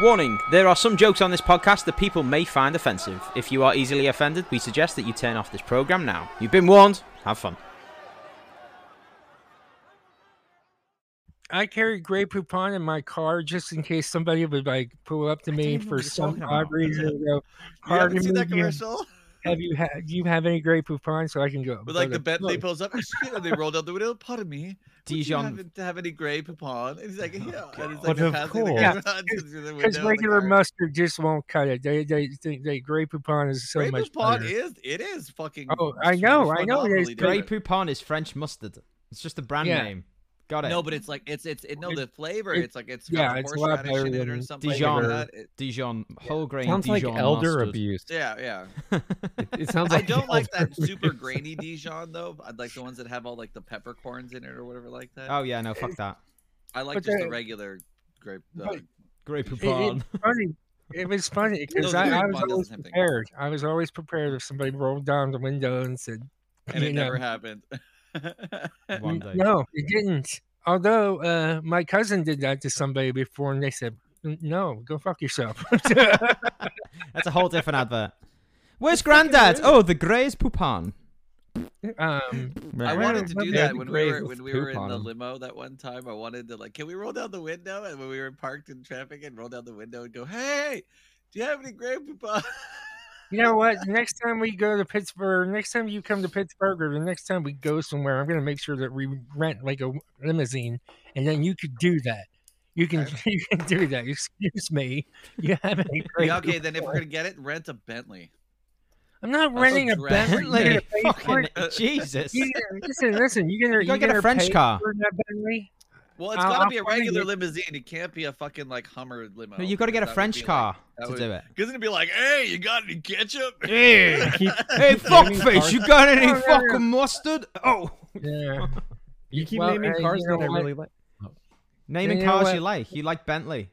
Warning There are some jokes on this podcast that people may find offensive. If you are easily offended, we suggest that you turn off this program now. You've been warned. Have fun. I carry Grey Poupon in my car just in case somebody would like pull up to don't me even know for what you're some talking odd about. reason. and go, You haven't "Pardon seen me, that you- commercial? Have you had? Do you have any Grey Poupon so I can go? But like the brother, Bentley look, pulls up, excuse me, they roll down the window. Pardon me. would you Dijon. happen to have any gray Poupon? And he's like, yeah. and he's Oh, God. like, But of passing the guy course. Yeah, around it's- through the Because window, like, regular "Alright." mustard just won't cut it. They they think they Grey Poupon is so Grey much Poupon better. is it is fucking. Oh, I know, I know it phenomenally is Grey different. Poupon is French mustard. It's just a brand Yeah. name. Got it. No, but it's like it's it's it, no It- the flavor. it- it's like it's yeah, got it's a lot horseradish in better it or than something. like Dijon. that. It- Dijon, whole grain Sounds like Dijon elder mustard. abuse. yeah, yeah. It, it sounds I like don't like elder that super abuse. grainy Dijon though. but I'd like the ones that have all like the peppercorns in it or whatever like that. Oh, yeah, no, fuck that. I like Uh, but just the the- regular grape. The, but- Grey It- Poupon. it's funny. It was funny because No, the I, I Grey was Poupon always doesn't have to go. prepared. I was always prepared if somebody rolled down the window and said, and you it know, never happened. One N- day. No, it didn't. Although uh, my cousin did that to somebody before, and they said, "N- "No, go fuck yourself." That's a whole different advert. Where's Grandad? Oh, the Grey's Poupon. um, I Right. wanted to Well, do yeah, that the when we grave were with when we were poop in on the 'em. limo that one time. I wanted to like, can we roll down the window? And when we were parked in traffic, and roll down the window and go, "Hey, do you have any grape poupon?" you know what? The Next time we go to Pittsburgh, next time you come to Pittsburgh, or the next time we go somewhere, I'm gonna make sure that we rent like a limousine, and then you could do that. You can you can do that. Excuse me, you have any great? Yeah, okay, then if we're gonna get it, rent a Bentley. I'm not so renting a drag- Bentley. You're Bentley. gonna pay for Fucking it. Jesus. You gonna- Listen, listen. You're gonna You gotta you're get a gonna French pay car. for that Bentley? Well, it's I'll- gotta I'll be a find regular it. limousine. It can't be a fucking like Hummer limo. No, you've got to get a French car to do it. Because it'd be like, "Hey, you got any ketchup?" Hey, keep- hey, fuckface, cars- you got any No, no, no. fucking mustard? Oh, Yeah. You keep Well, naming uh, you cars know that I what? really like. naming You know cars what? you like. You like Bentley.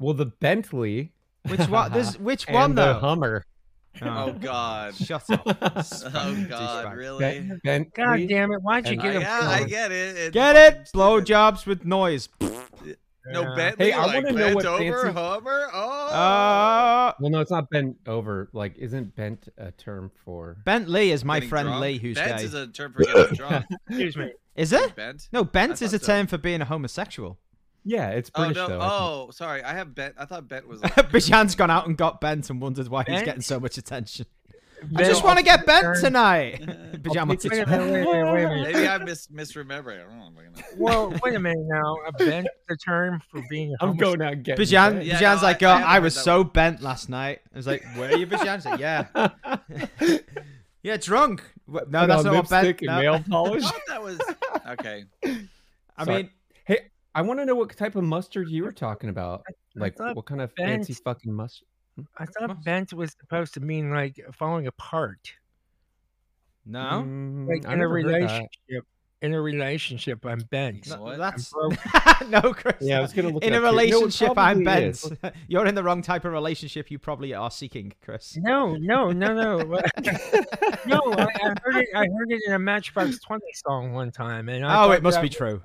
Well, the Bentley. Which one? There's which and one the though? Hummer. Oh Oh, God. shut up. Oh Fucking God, douchebag. really? Ben- God Bentley. damn it! Why'd you and get I, him? yeah, I get it. It's Get fucking it? stupid. Blowjobs with noise. No Yeah. Bentley. Hey, I like, wanna know what bent over fancy- Hummer. Oh. Uh, Well, no, it's not bent over. Like, isn't bent a term for? Bent Lee is my Getting friend drunk? Lee, who's Bent gay. is a term for getting drunk. Excuse me. Is it? Bent? No, I bent is a thought so. term for being a homosexual. Yeah, it's Oh British no! though. I think. oh, sorry. I have bent. I thought bent was. Like, Bishan's gone out and got bent and wondered why he's Bent? getting so much attention. I Ben- just want to get bent turn. tonight. I'll Pajama Wait a tits. minute, wait a minute, wait a minute. "Eh, maybe I'm mis- misremembering. I don't know. I'm looking at- Well, wait a minute now. I bent the term for being. a I'm homo- going out and getting. Bijan, Yeah, Bijan's no, like, I- oh, I haven't I heard was that so bent last night. I was like, were you, Bijan? He's like, yeah, bent. yeah, drunk. W- No, Put that's on not what bent. lipstick and no. nail I polish. thought that was okay. I Sorry. mean, I want to know what type of mustard you were talking about. Like, thought what kind of bent- fancy fucking mustard? I thought bent was supposed to mean like falling apart, no, Mm, like I in a never heard that. relationship. In a relationship, I'm bent. No, I'm no What? that's broke. no, Chris. Mm. Yeah, I was gonna look in it a up too. No, it relationship, I'm probably bent. is. You're in the wrong type of relationship. You probably are seeking, Chris. No, no, no, no, no! I, I heard it. I heard it in a Matchbox Twenty song one time, and I oh, thought it must that- be true.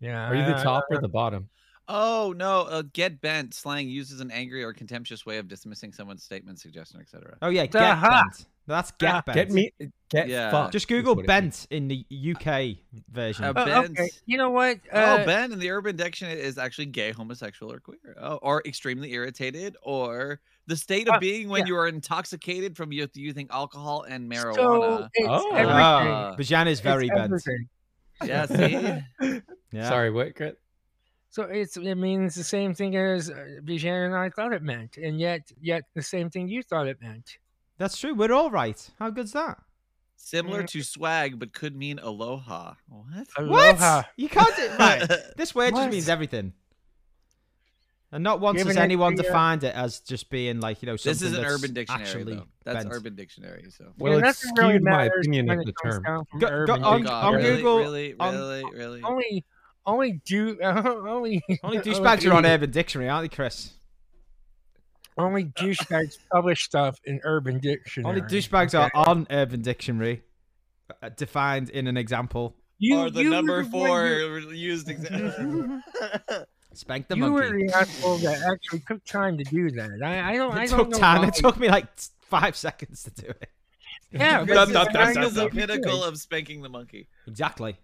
Yeah. Are you the I- top or the bottom? Oh no! Uh, get bent slang uses an angry or contemptuous way of dismissing someone's statement, suggestion, etc. Oh yeah, get Aha. bent. That's get bent. Get me, get Yeah. fucked. Just is Google what it bent means. in the UK version. Uh, Oh, bent. okay. You know what? oh, Uh, bent in the Urban Dictionary is actually gay, homosexual, or queer, oh, or extremely irritated, or the state of Uh, being when yeah. you are intoxicated from u- using alcohol and marijuana. So it's Oh. everything. Ah, Uh, Bijan is It's very bent. everything. yeah, see, Yeah. Sorry, what? Chris? So it's it means the same thing as uh, Bijan and I thought it meant, and yet yet the same thing you thought it meant. That's true. We're all right. How good's that? Mm. similar to swag, but could mean aloha. What? Oh, Aloha. What? You can't. do- Right. This word What? just means everything. And not once have has an anyone idea? defined it as just being like you know. Something This is an that's Urban Dictionary, Actually, though. That's bent. Urban Dictionary. So. Oh, Yeah, Well, it nothing really skewed my matters opinion when of the it comes term. down from Go- go urban on- to- on really, Google- really, on- really, really. Only only do only Only douchebags are on Urban Dictionary, aren't they, Chris? Only douchebags publish stuff in Urban Dictionary. Only douchebags are on Urban Dictionary, uh, defined in an example. You, or the you were number one who- four used exactly. Spank the you monkey. were the asshole that actually took time to do that. I, I don't. I It don't took know time. Why. It took me like five seconds to do it. Yeah, This Dun, but dun, is- dun, this dun, is the dun. pinnacle of spanking the monkey. Exactly.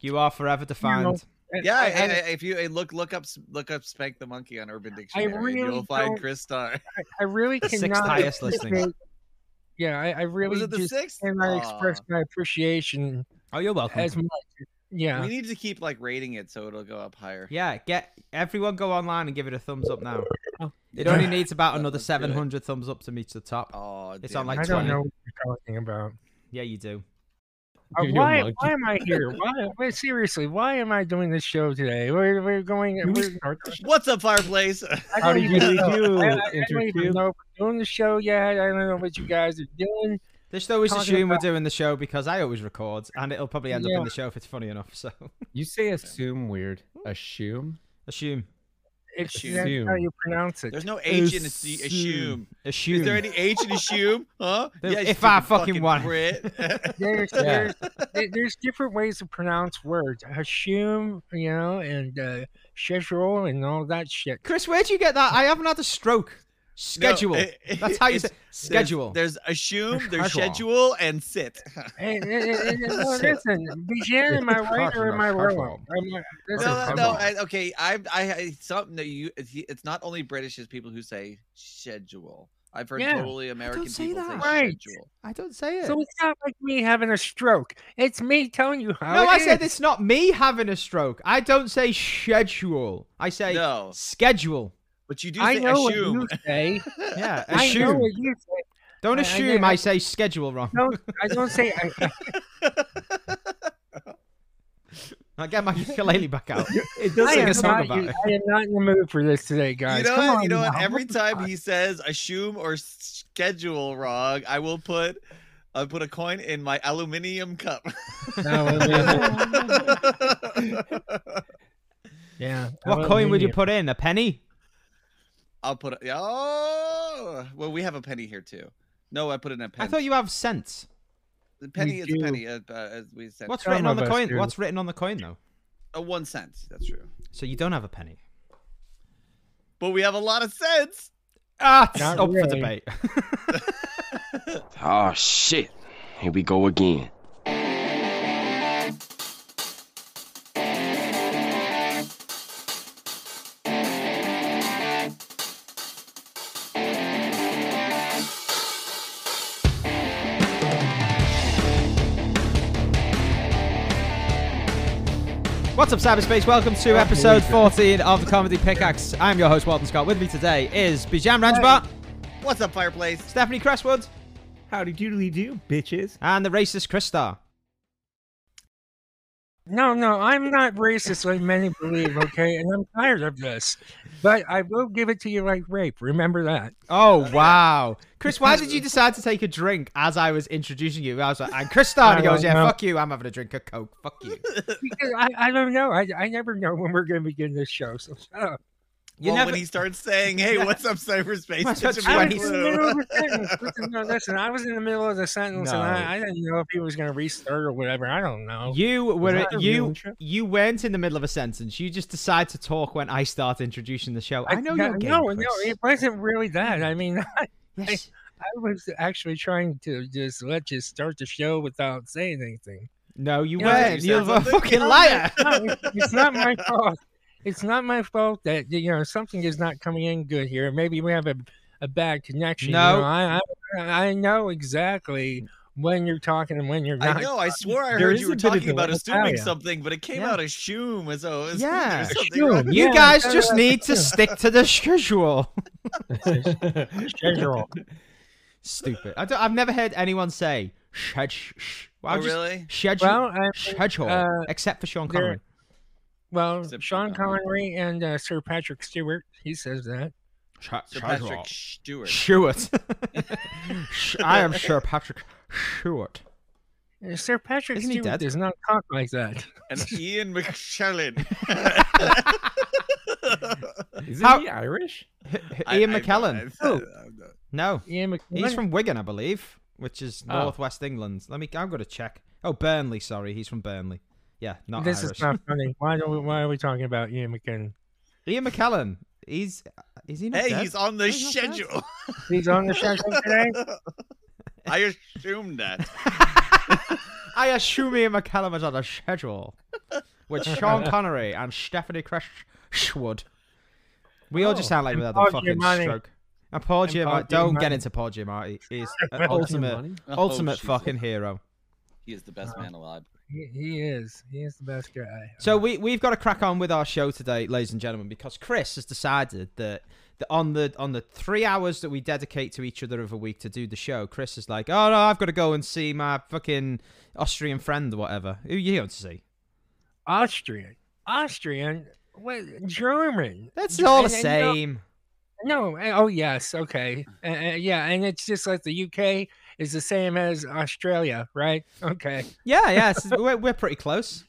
You are forever defined. Yeah, I, I, I- if you hey, look look up look up spank the monkey on Urban Dictionary, and really you'll find don't- Chris Star. I really cannot. Sixth highest listening. appreciate- Yeah, I, I really Was it the just sixth? Oh. cannot express Aw. my appreciation Oh, you're welcome. as much. Yeah, We need to keep like rating it so it'll go up higher. yeah, get everyone go online and give it a thumbs up now. Oh. It only needs about Let's another do it. 700 thumbs up to reach the top. Oh, It's on, damn it. like, I 20. don't know what you're talking about. Yeah, you do. Uh, You're a why? monkey. Why am I here? Why, why? Seriously, why am I doing this show today? We're we're going. You- We're, I What's up, fireplace? don't How did you even do, know. I, I, I don't even Intercube? know if we're doing the show yet. I don't know what you guys are doing. Just always Talking assume about- we're doing the show because I always record, and it'll probably end up Yeah. in the show if it's funny enough. So You say assume weird. Assume? assume, It's Assume. that's how you pronounce it. There's no H in assume. assume. assume. Is there any H in assume? Huh? There- you if I stupid fucking wanted. Brit. There's Yeah. there's, there- there's different ways to pronounce words. Hashum, you know, and uh, schedule and all that shit. Chris, where'd you get that? I haven't had a stroke. Schedule. No, it- it- That's how you it's- say schedule. There's, there's assume, there's Schedule. schedule, and sit. Hey, hey, hey, hey, well, Sit. listen, Bijan, am I right or am I Cardinal, wrong? I'm, uh, listen, No, no, I'm no wrong. I, okay. I, I, I something that you. It's, it's not only British as people who say schedule. I've heard Yeah. totally American say people that. say Right. schedule. I don't say it. So it's not like me having a stroke. It's me telling you how. no, it I said is. it's not me having a stroke. I don't say schedule. I say No, schedule. but you do I say know what assume. you say. Yeah, I know assume. what you say. Don't I- I assume know- I, say schedule wrong. Don't, I don't say. I, I- I get my ukulele back out. It I Sing am a song not, about you- it. I am not in the mood for this today, You guys. know Come what? on You know what? now. Every time he says assume or schedule wrong, I will put I'll put a coin in my aluminium cup. No, it isn't. Oh, yeah. What coin would you put in? A penny? I'll put a, oh well we have a penny here too. No, I put in a penny. I thought you have cents. the penny is do. a penny uh, uh, as we said. What's Some written on the of us coin? do. What's written on the coin though? a one cent? That's true. So you don't have a penny. But we have a lot of cents. Ah, it's Not up for really. debate. Oh shit. Here we go again. What's up, cyberspace? Welcome to episode 14 of the Comedy Pickaxe. I'm your host, Walton Scott. With me today is Bijan Ranjbat, What's up, fireplace? Stephanie Cresswood, Howdy doodly do, bitches. and the racist Chris Star. No, no, I'm not racist like many believe, okay? And I'm tired of this. But I will give it to you like rape. Remember that. Oh, wow. Chris, why did you decide to take a drink as I was introducing you? I was like, and Chris Star, and he I goes, don't yeah, know. fuck you. I'm having a drink of Coke. Fuck you. Because I, I don't know. I, I never know when we're going to begin this show. So shut up. You well, never- when he starts saying, "Hey, Yeah. what's up, cyberspace?" What's It's up, a I red was in the balloon. middle of a sentence. Listen, no, listen, I was in the middle of the sentence and No. I, I didn't know if he was going to restart or whatever. I don't know. You were that a real you intro? you weren't in the middle of a sentence. You just decide to talk when I start introducing the show. I know no, you're gay, no, Chris. no, it wasn't really that. I mean, I, Yes. was actually trying to just let you start the show without saying anything. No, you Yeah, weren't. you You're said a something. fucking liar. No, Oh it's, it's not my fault. It's not my fault that you know something is not coming in good here. Maybe we have a, a bad connection. you No. know, I, I I know exactly when you're talking and when you're not. I know. I swore I There heard is you a were bit of talking about delay. assuming Yeah. something, but it came Yeah. out as shoom. as though it's- Yeah. there's something Assume, wrong. You Yeah, guys no, just no, need to yeah. stick to the schedule. Schedule. Stupid. I don't, I've never heard anyone say shed. Sh- Oh, wow, really? Schedule. Well, I, schedule. uh, except for Sean there- Connery. well, Except for Sean that one. Connery and uh, Sir Patrick Stewart. He says that. Sh- Sir schedule. Patrick Stewart. Stewart. Sh- I am Sir Patrick Stewart. Uh, Sir Patrick Isn't he Stewart dead? does not talk like that. and Ian McShellen. Is How- he Irish? H- H- I- Ian I- McKellen. I- I- I'm not- No. Ian He's McKellen. from Wigan, I believe, which is Oh. northwest England. Let me. I've got to check. Oh, Burnley. Sorry, he's from Burnley. Yeah, not this Irish. is not funny. Why do we, why are we talking about Ian McKellen? Liam McCallum. He's is he not Hey, dead? he's on the Oh, he's not dead. schedule. He's on the show today. I assume that. I assume Liam McCallum is on the schedule with Sean Connery and Stephanie Creshwood. We all just Oh. sound like we had Paul the fucking Giamatti. stroke. And Paul And Paul Giamatti. Don't get Giamatti. into Paul Giamatti. He's an Paul ultimate, Giamatti? Oh, ultimate she's a- fucking hero. He is the best man alive. He, he is. He is the best guy. So we we've got to crack on with our show today, ladies and gentlemen, because Chris has decided that that on the on the three hours that we dedicate to each other of a week to do the show, Chris is like, oh no, I've got to go and see my fucking Austrian friend or whatever. Who you going to see? Austrian. Austrian. What? German. That's Ger- all the and- and no- same. No. eh, Oh yes. Okay. Uh, uh, yeah. And it's just like the UK is the same as Australia, right? Okay. Yeah, yeah, it's- we're, we're pretty close.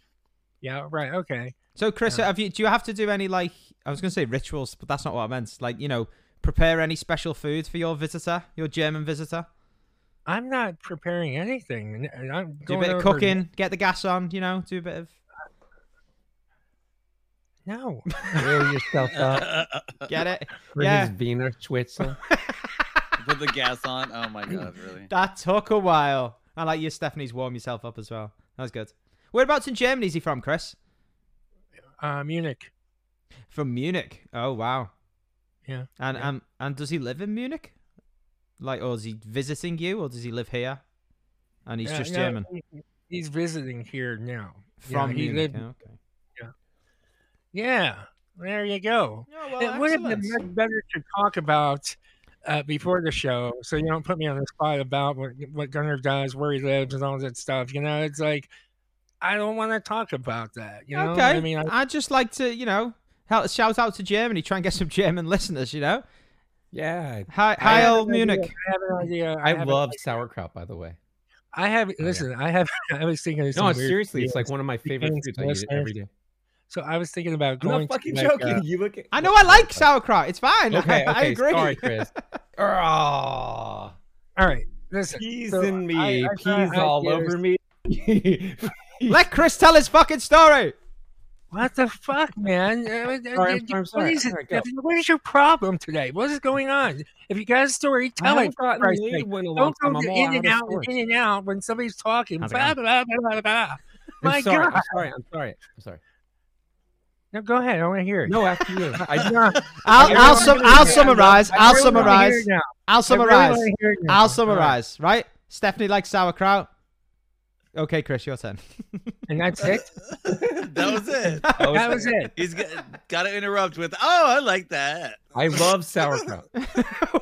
Yeah. Right. Okay. So Chris, Yeah. have you? Do you have to do any like? I was going to say rituals, but that's not what I meant. Like you know, prepare any special food for your visitor, your German visitor. I'm not preparing anything. and- and I'm Do a going bit of over- cooking, get the gas on. You know, do a bit of No. Wear yourself up. Uh, get it. Bring Yeah. his Wiener Schnitzel. Put the gas on. Oh my god, really? That took a while. I like you, Stephanie's warm yourself up as well. That was good. Whereabouts in Germany is he from, Chris? Uh, Munich. From Munich. Oh wow. Yeah, And yeah. and and does he live in Munich? Like, or is he visiting you, or does he live here? And he's Yeah, just Uh, no, German he- He's visiting here now. Yeah, from he Munich. lived- oh, okay. Yeah. There you go. Oh, it would have been much better to talk about uh, before the show, so you don't put me on the spot about what, what Gunnar does, where he lives, and all that stuff. You know, it's like I don't want to talk about that. You know, okay. I mean, I, I'd just like to, you know, help, shout out to Germany, try and get some German listeners. You know, Yeah. hi, hi, have old an idea. Munich. I have an idea. I, have an- love sauerkraut, by the way. I have. yeah. Listen, I have. I was thinking. Of No, some weird seriously, it's like ideas. one of my favorite Japan's foods. I eat it every listeners. day. So I was thinking about I'm going. not fucking to like, joking. uh, you look. At, I know I like sauerkraut. It's fine. Okay, okay. I agree. Sorry, Chris. Oh, all right, listen. peas So in me. I- I peas thought I all was- over me. Let Chris tell his fucking story. What the fuck, man? Uh, uh, sorry, I'm uh, sorry, I'm what sorry. is it- All right, go. What is your problem today? What is going on? If you got a story, I tell it. haven't for gotten Christ's laid sake. one in a long Don't go time. I'm to all in out and of out, sorts. in and out when somebody's talking. How's it Blah, blah, blah, blah, blah. I'm My sorry, God. I'm sorry. I'm sorry. I'm sorry. No, go ahead. I want to hear it. No, after you. I, No, I'll, I I'll, really sum, wanna I'll hear it. summarize. I I'll really wanna hear summarize. it now. I'll I really summarize. wanna hear it now. All I'll right. summarize. Right? Stephanie likes sauerkraut. Okay, Chris, your turn. And that's it. that was it. That was it. He's got to interrupt with, "Oh, I like that." I love sauerkraut.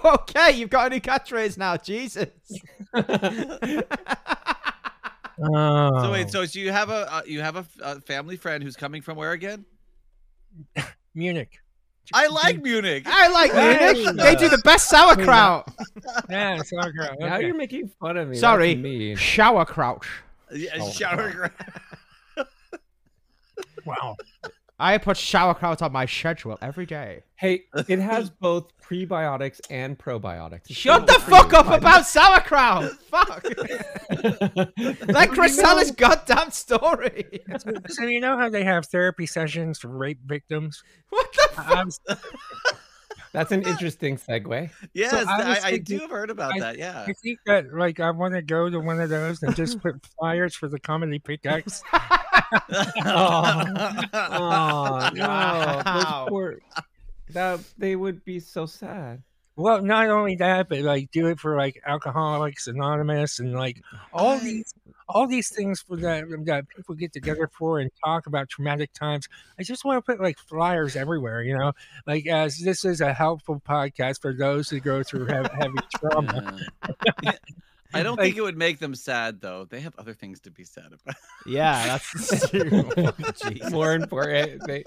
okay, you've got a new catchphrase now. Jesus. Oh. Oh. So wait, so, so you have a uh, you have a, f- a family friend who's coming from where again? Munich. I like Munich. I like Munich. They do the best sauerkraut. Yeah, sauerkraut. Now okay. you're making fun of me. Sorry. That's mean. Sauerkraut. Yeah, Oh, shower. Wow. I put sauerkraut on my schedule every day. Hey, it has both prebiotics and probiotics. It's Shut good the for fuck you. up about sauerkraut. Fuck. Let Chris tell his goddamn story. So you know how they have therapy sessions for rape victims? What the I- I was That's an interesting segue. Yes, I I, was I do thinking- have heard about I- that. Yeah. I think that like I want to go to one of those and just put flyers for the comedy pickaxe. Oh no, those Wow. poor- that they would be so sad. Well, not only that, but like do it for like Alcoholics Anonymous and like all these all these things for that that people get together for and talk about traumatic times. I just want to put like flyers everywhere, you know, like as this is a helpful podcast for those who go through heavy, heavy trauma. Yeah. I don't think it would make them sad though. They have other things to be sad about. Yeah, that's More important. They,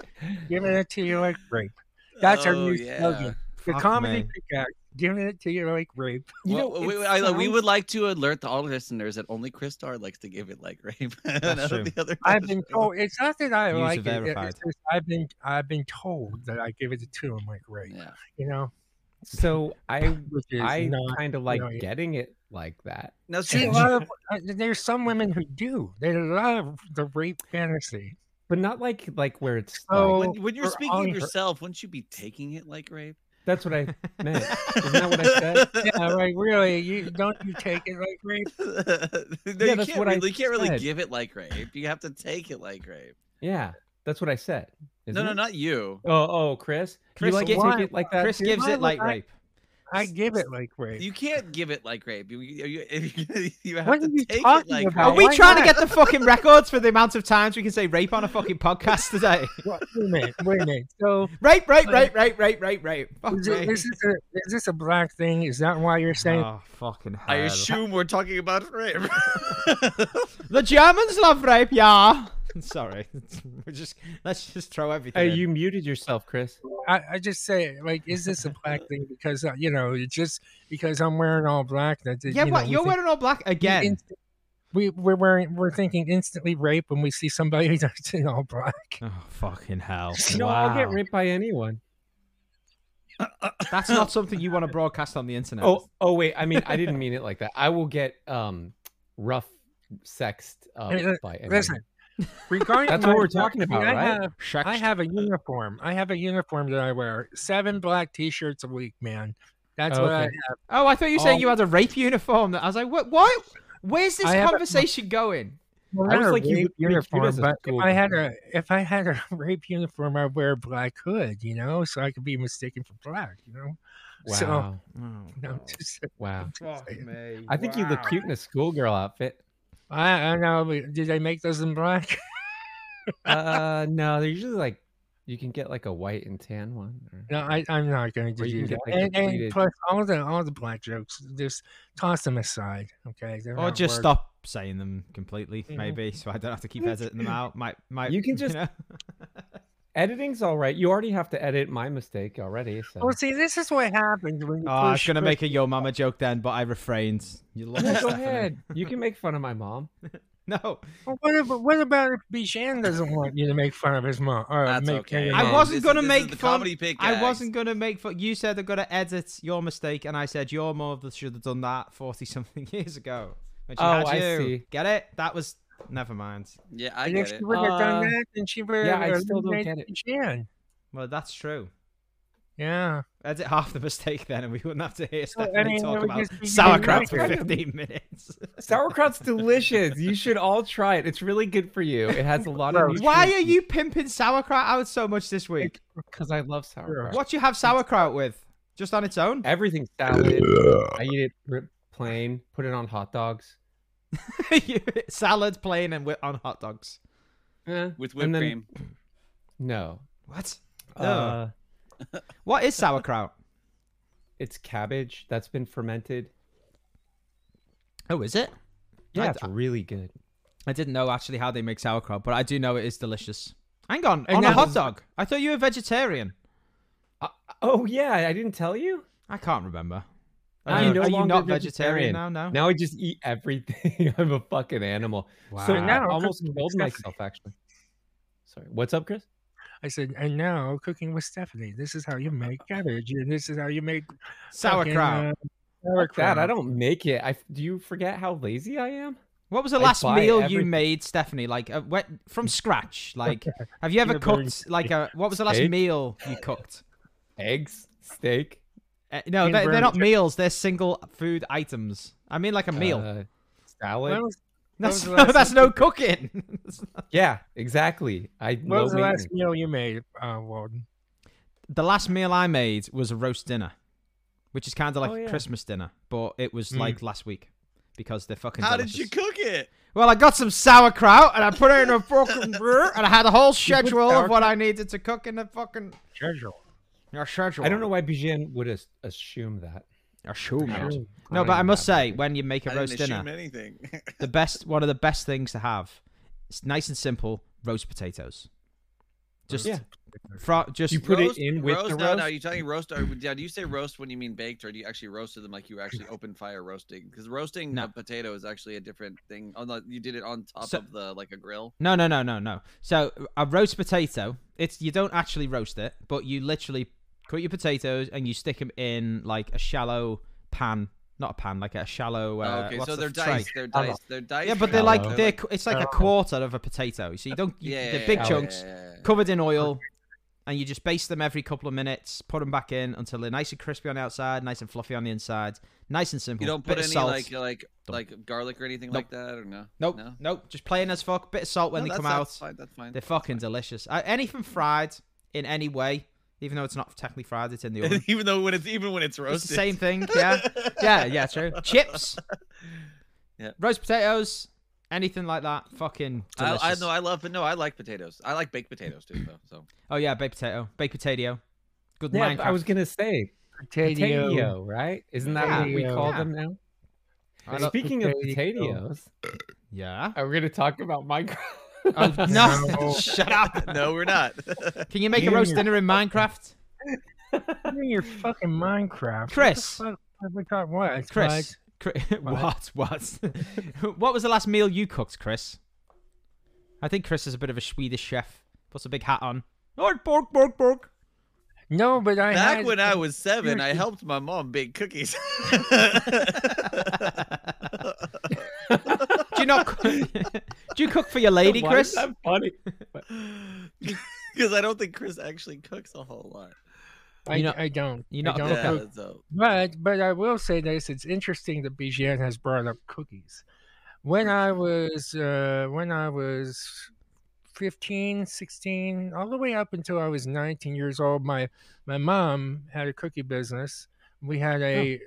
Giving it to you like rape. That's our Oh, new yeah. slogan. The comedy pickaxe. Giving it to you like rape. you know, Well, it we, I- like, we sounds- would like to alert the all listeners that only Chris Star likes to give it like rape. None of true. the other I've been shows. told it's not that I User like it. it- verified. It's just I've been I've been told that I give it a two. I'm like, right, Yeah. you know, So I, which is I not. kind of like no, yeah. getting it like that. Now See, see, a lot of, uh, there's some women who do. They love the rape fantasy. but not like like where it's. Oh. like- When, when you're Or speaking on of her- yourself, wouldn't you be taking it like rape? that's what I meant. Isn't that what I said? Yeah, like really, you don't you take it like rape? no, Yeah, you that's can't, what I really, you can't really said. give it like rape. You have to take it like rape. Yeah, that's what I said. no, isn't no, it? not you. Oh, oh, Chris, Chris you like gives- take it like that? Chris too? gives why it would like I- rape. I give it like rape. You can't give it like rape. You, you, you, you- you have What to are you take it talking like about? Are rape. we why trying to not? get the fucking records for the amount of times we can say rape on a fucking podcast today? Wait a minute, wait a minute. So Rape, rape, Like- rape, rape, rape, rape, rape. Fuck is, it, me. is, this a, is this a black thing? Is that why you're saying? Oh, fucking hell. I assume we're talking about rape. The Germans love rape, yeah. Sorry. We're just let's just throw everything. Hey, in. you muted yourself, Chris. I, I just say like, is this a black thing? Because uh, you know, it's just because I'm wearing all black. That yeah, you but know, we you're think- wearing all black we again. inst- We we're wearing we're thinking instantly rape when we see somebody that's in all black. Oh fucking hell! No, wow. I'll get raped by anyone. That's not something you want to broadcast on the internet. Oh, oh, wait. I mean, I didn't mean it like that. I will get um rough sexed up Hey, li- by anyone. Listen, regarding That's what my we're talking black- I mean, about, I right? have, I have a uniform. I have a uniform that I wear. Seven black t-shirts a week, man. That's what I Okay. have. oh, I thought you were saying Oh. you had a rape uniform. I was like, what? What? Where's this I have a- conversation going? Well, I was not a like, you rape would be cute uniform, as a but if school I had a if I had a rape uniform, I'd wear a black hood, you know, so I could be mistaken for black, you know. wow, so- Oh, No, I'm just, wow. Fuck me. I think you look cute in a schoolgirl outfit. I, I don't know. but Did they make those in black? Uh, no, they're usually like you can get like a white and tan one. or- No, I, I'm not going to Or you do can that. get, like, and, the and pleated- plus, all the all the black jokes, just toss them aside, okay? They're Or not Oh, just worth- stop saying them completely, Mhm. maybe, so I don't have to keep editing them out. Might, might. You can just- know? Editing's all right. You already have to edit my mistake already. Oh, So Well, see, this is what happens when you Oh, I was push gonna Chris- make a yo mama joke then, but I refrained. You lost. Yeah, go Stephanie. ahead. You can make fun of my mom. No, Well, what, about, what about if Bijan doesn't want you to make fun of his mom? Or That's make okay. I mom? wasn't This is- gonna this make is the fun- Comedy pickaxe. I wasn't gonna make fun. You said I'm gonna edit your mistake, and I said your mother should have done that forty something years ago. When she Oh, had I you. see. Get it? That was never mind. Yeah, I And if get she it. would have done Uh, that, then she would yeah, have I still don't eliminated Bijan. Well, that's true. Yeah. Edit half the mistake then, and we wouldn't have to hear So, I Stephanie mean, it talk would about just be- sauerkraut for Right. fifteen minutes. Sauerkraut's delicious. You should all try it. It's really good for you. It has a lot of. Gross. Why are you pimping sauerkraut out so much this week? Because I love sauerkraut. What do you have sauerkraut with? Just on its own? Everything salad. I eat it rip plain. Put it on hot dogs. You- Salad, plain, and wi- on hot dogs. Eh, With whipped and then- cream. No. What? No. Uh, What is sauerkraut? it's cabbage that's been fermented. Oh, is it? Yeah, I- it's uh really good. I didn't know actually how they make sauerkraut, but I do know it is delicious. Hang on, And on a now- hot dog. I thought you were vegetarian. Oh yeah, I didn't tell you. I can't remember. I'm Are you, no are you longer not vegetarian, vegetarian. now? No. Now I just eat everything. I'm a fucking animal. Wow. So And I now almost cooking with killed Stephanie. myself actually. Sorry. What's up, Chris? I said, and now cooking with Stephanie. This is how you make cabbage. And this is how you make fucking, sauerkraut. uh, Fuck that. I sauerkraut. don't make it. I f- do you forget how lazy I am? what was the I last buy meal you everything. made, Stephanie? Like uh, what, from scratch? Like, have you ever You're very cooked like a? What was the last Steak? meal you cooked? Eggs, steak, Uh, no, You're they're, they're very not meals. They're single food items. I mean, like a meal. uh, salad. When was, what was that's the no, last that's meal- no cooking. yeah, exactly. I what no was the last maintenance. meal you made, uh, Walden? the last meal I made was a roast dinner, which is kind of like Oh, a yeah. Christmas dinner, but it was Mm. like last week because they're fucking. How delicious. did you cook it? Well, I got some sauerkraut and I put it in a fucking brew, and I had a whole put schedule of what I needed to cook in the fucking Treasure. a schedule. I don't know why Bijan would as- assume that. A shoe Ouch. mate. I No, don't but I even must have say, when you make a I roast didn't assume dinner, anything. the best one of the best things to have, it's nice and simple, roast potatoes. Just Yeah. fro- just You put it in with roast, the No, no, roast? you talking roast? Or, now, do you say roast when you mean baked, or do you actually roasted them like you were actually open fire roasting? Because roasting No. a potato is actually a different thing. Oh, no, you did it on top So- of the like a grill. Oh, No, no, no, no, no. So a roast potato, it's you don't actually roast it, but you literally cut your potatoes and you stick them in like a shallow pan not a pan, like a shallow. Uh, Oh, okay, what's so the they're f- tray? diced. They're Hello. diced. They're diced. Yeah, but right? they're like Hello. they're qu- it's like a Hello. quarter of a potato. So you don't you, yeah, they're yeah, big yeah, chunks yeah, yeah, yeah. covered in oil, and you just baste them every couple of minutes. Put them back in until they're nice and crispy on the outside, nice and fluffy on the inside. Nice and simple. You don't Bit put of any salt. like like like garlic or anything like that, or no? Nope, No. nope. Just plain as fuck. Bit of salt when No, they that's- come out. that's Fine, that's fine. They're fucking delicious. Uh, anything fried in any way, even though it's not technically fried, it's in the oven. even though when it's even when it's roasted. it's the same thing. Yeah, yeah, yeah. True. Chips. Yeah. Roast potatoes. Anything like that. Fucking I, delicious. I know I love but no I like potatoes I like baked potatoes too though so Oh yeah, baked potato. Baked potato. Good Yeah, Minecraft. but I was gonna say Potato. potato, right? Isn't that what we Yeah. call Yeah. them now? I don't- Speaking of potato. potatoes, Yeah. are we gonna talk about Minecraft? Oh, no. No. Shut up. no we're not Can you make You a and roast your dinner in Minecraft? You're in your fucking Minecraft. Chris. What the fuck have we got? What? Chris. Chris what? What? what was the last meal you cooked, Chris? I think Chris is a bit of a Swedish chef. Puts a big hat on. Oh, bork, bork, bork. No, but I back had, when I was seven I Seriously. helped my mom bake cookies Do you not? do you cook for your lady, Why Chris? Is that funny? because I don't think Chris actually cooks a whole lot I, you know- I don't. you I know- don't Okay. yeah cook. so But but I will say this: it's interesting that Bijan has brought up cookies. When I was uh, when I was 15, 16, all the way up until I was 19 years old, my my mom had a cookie business. We had a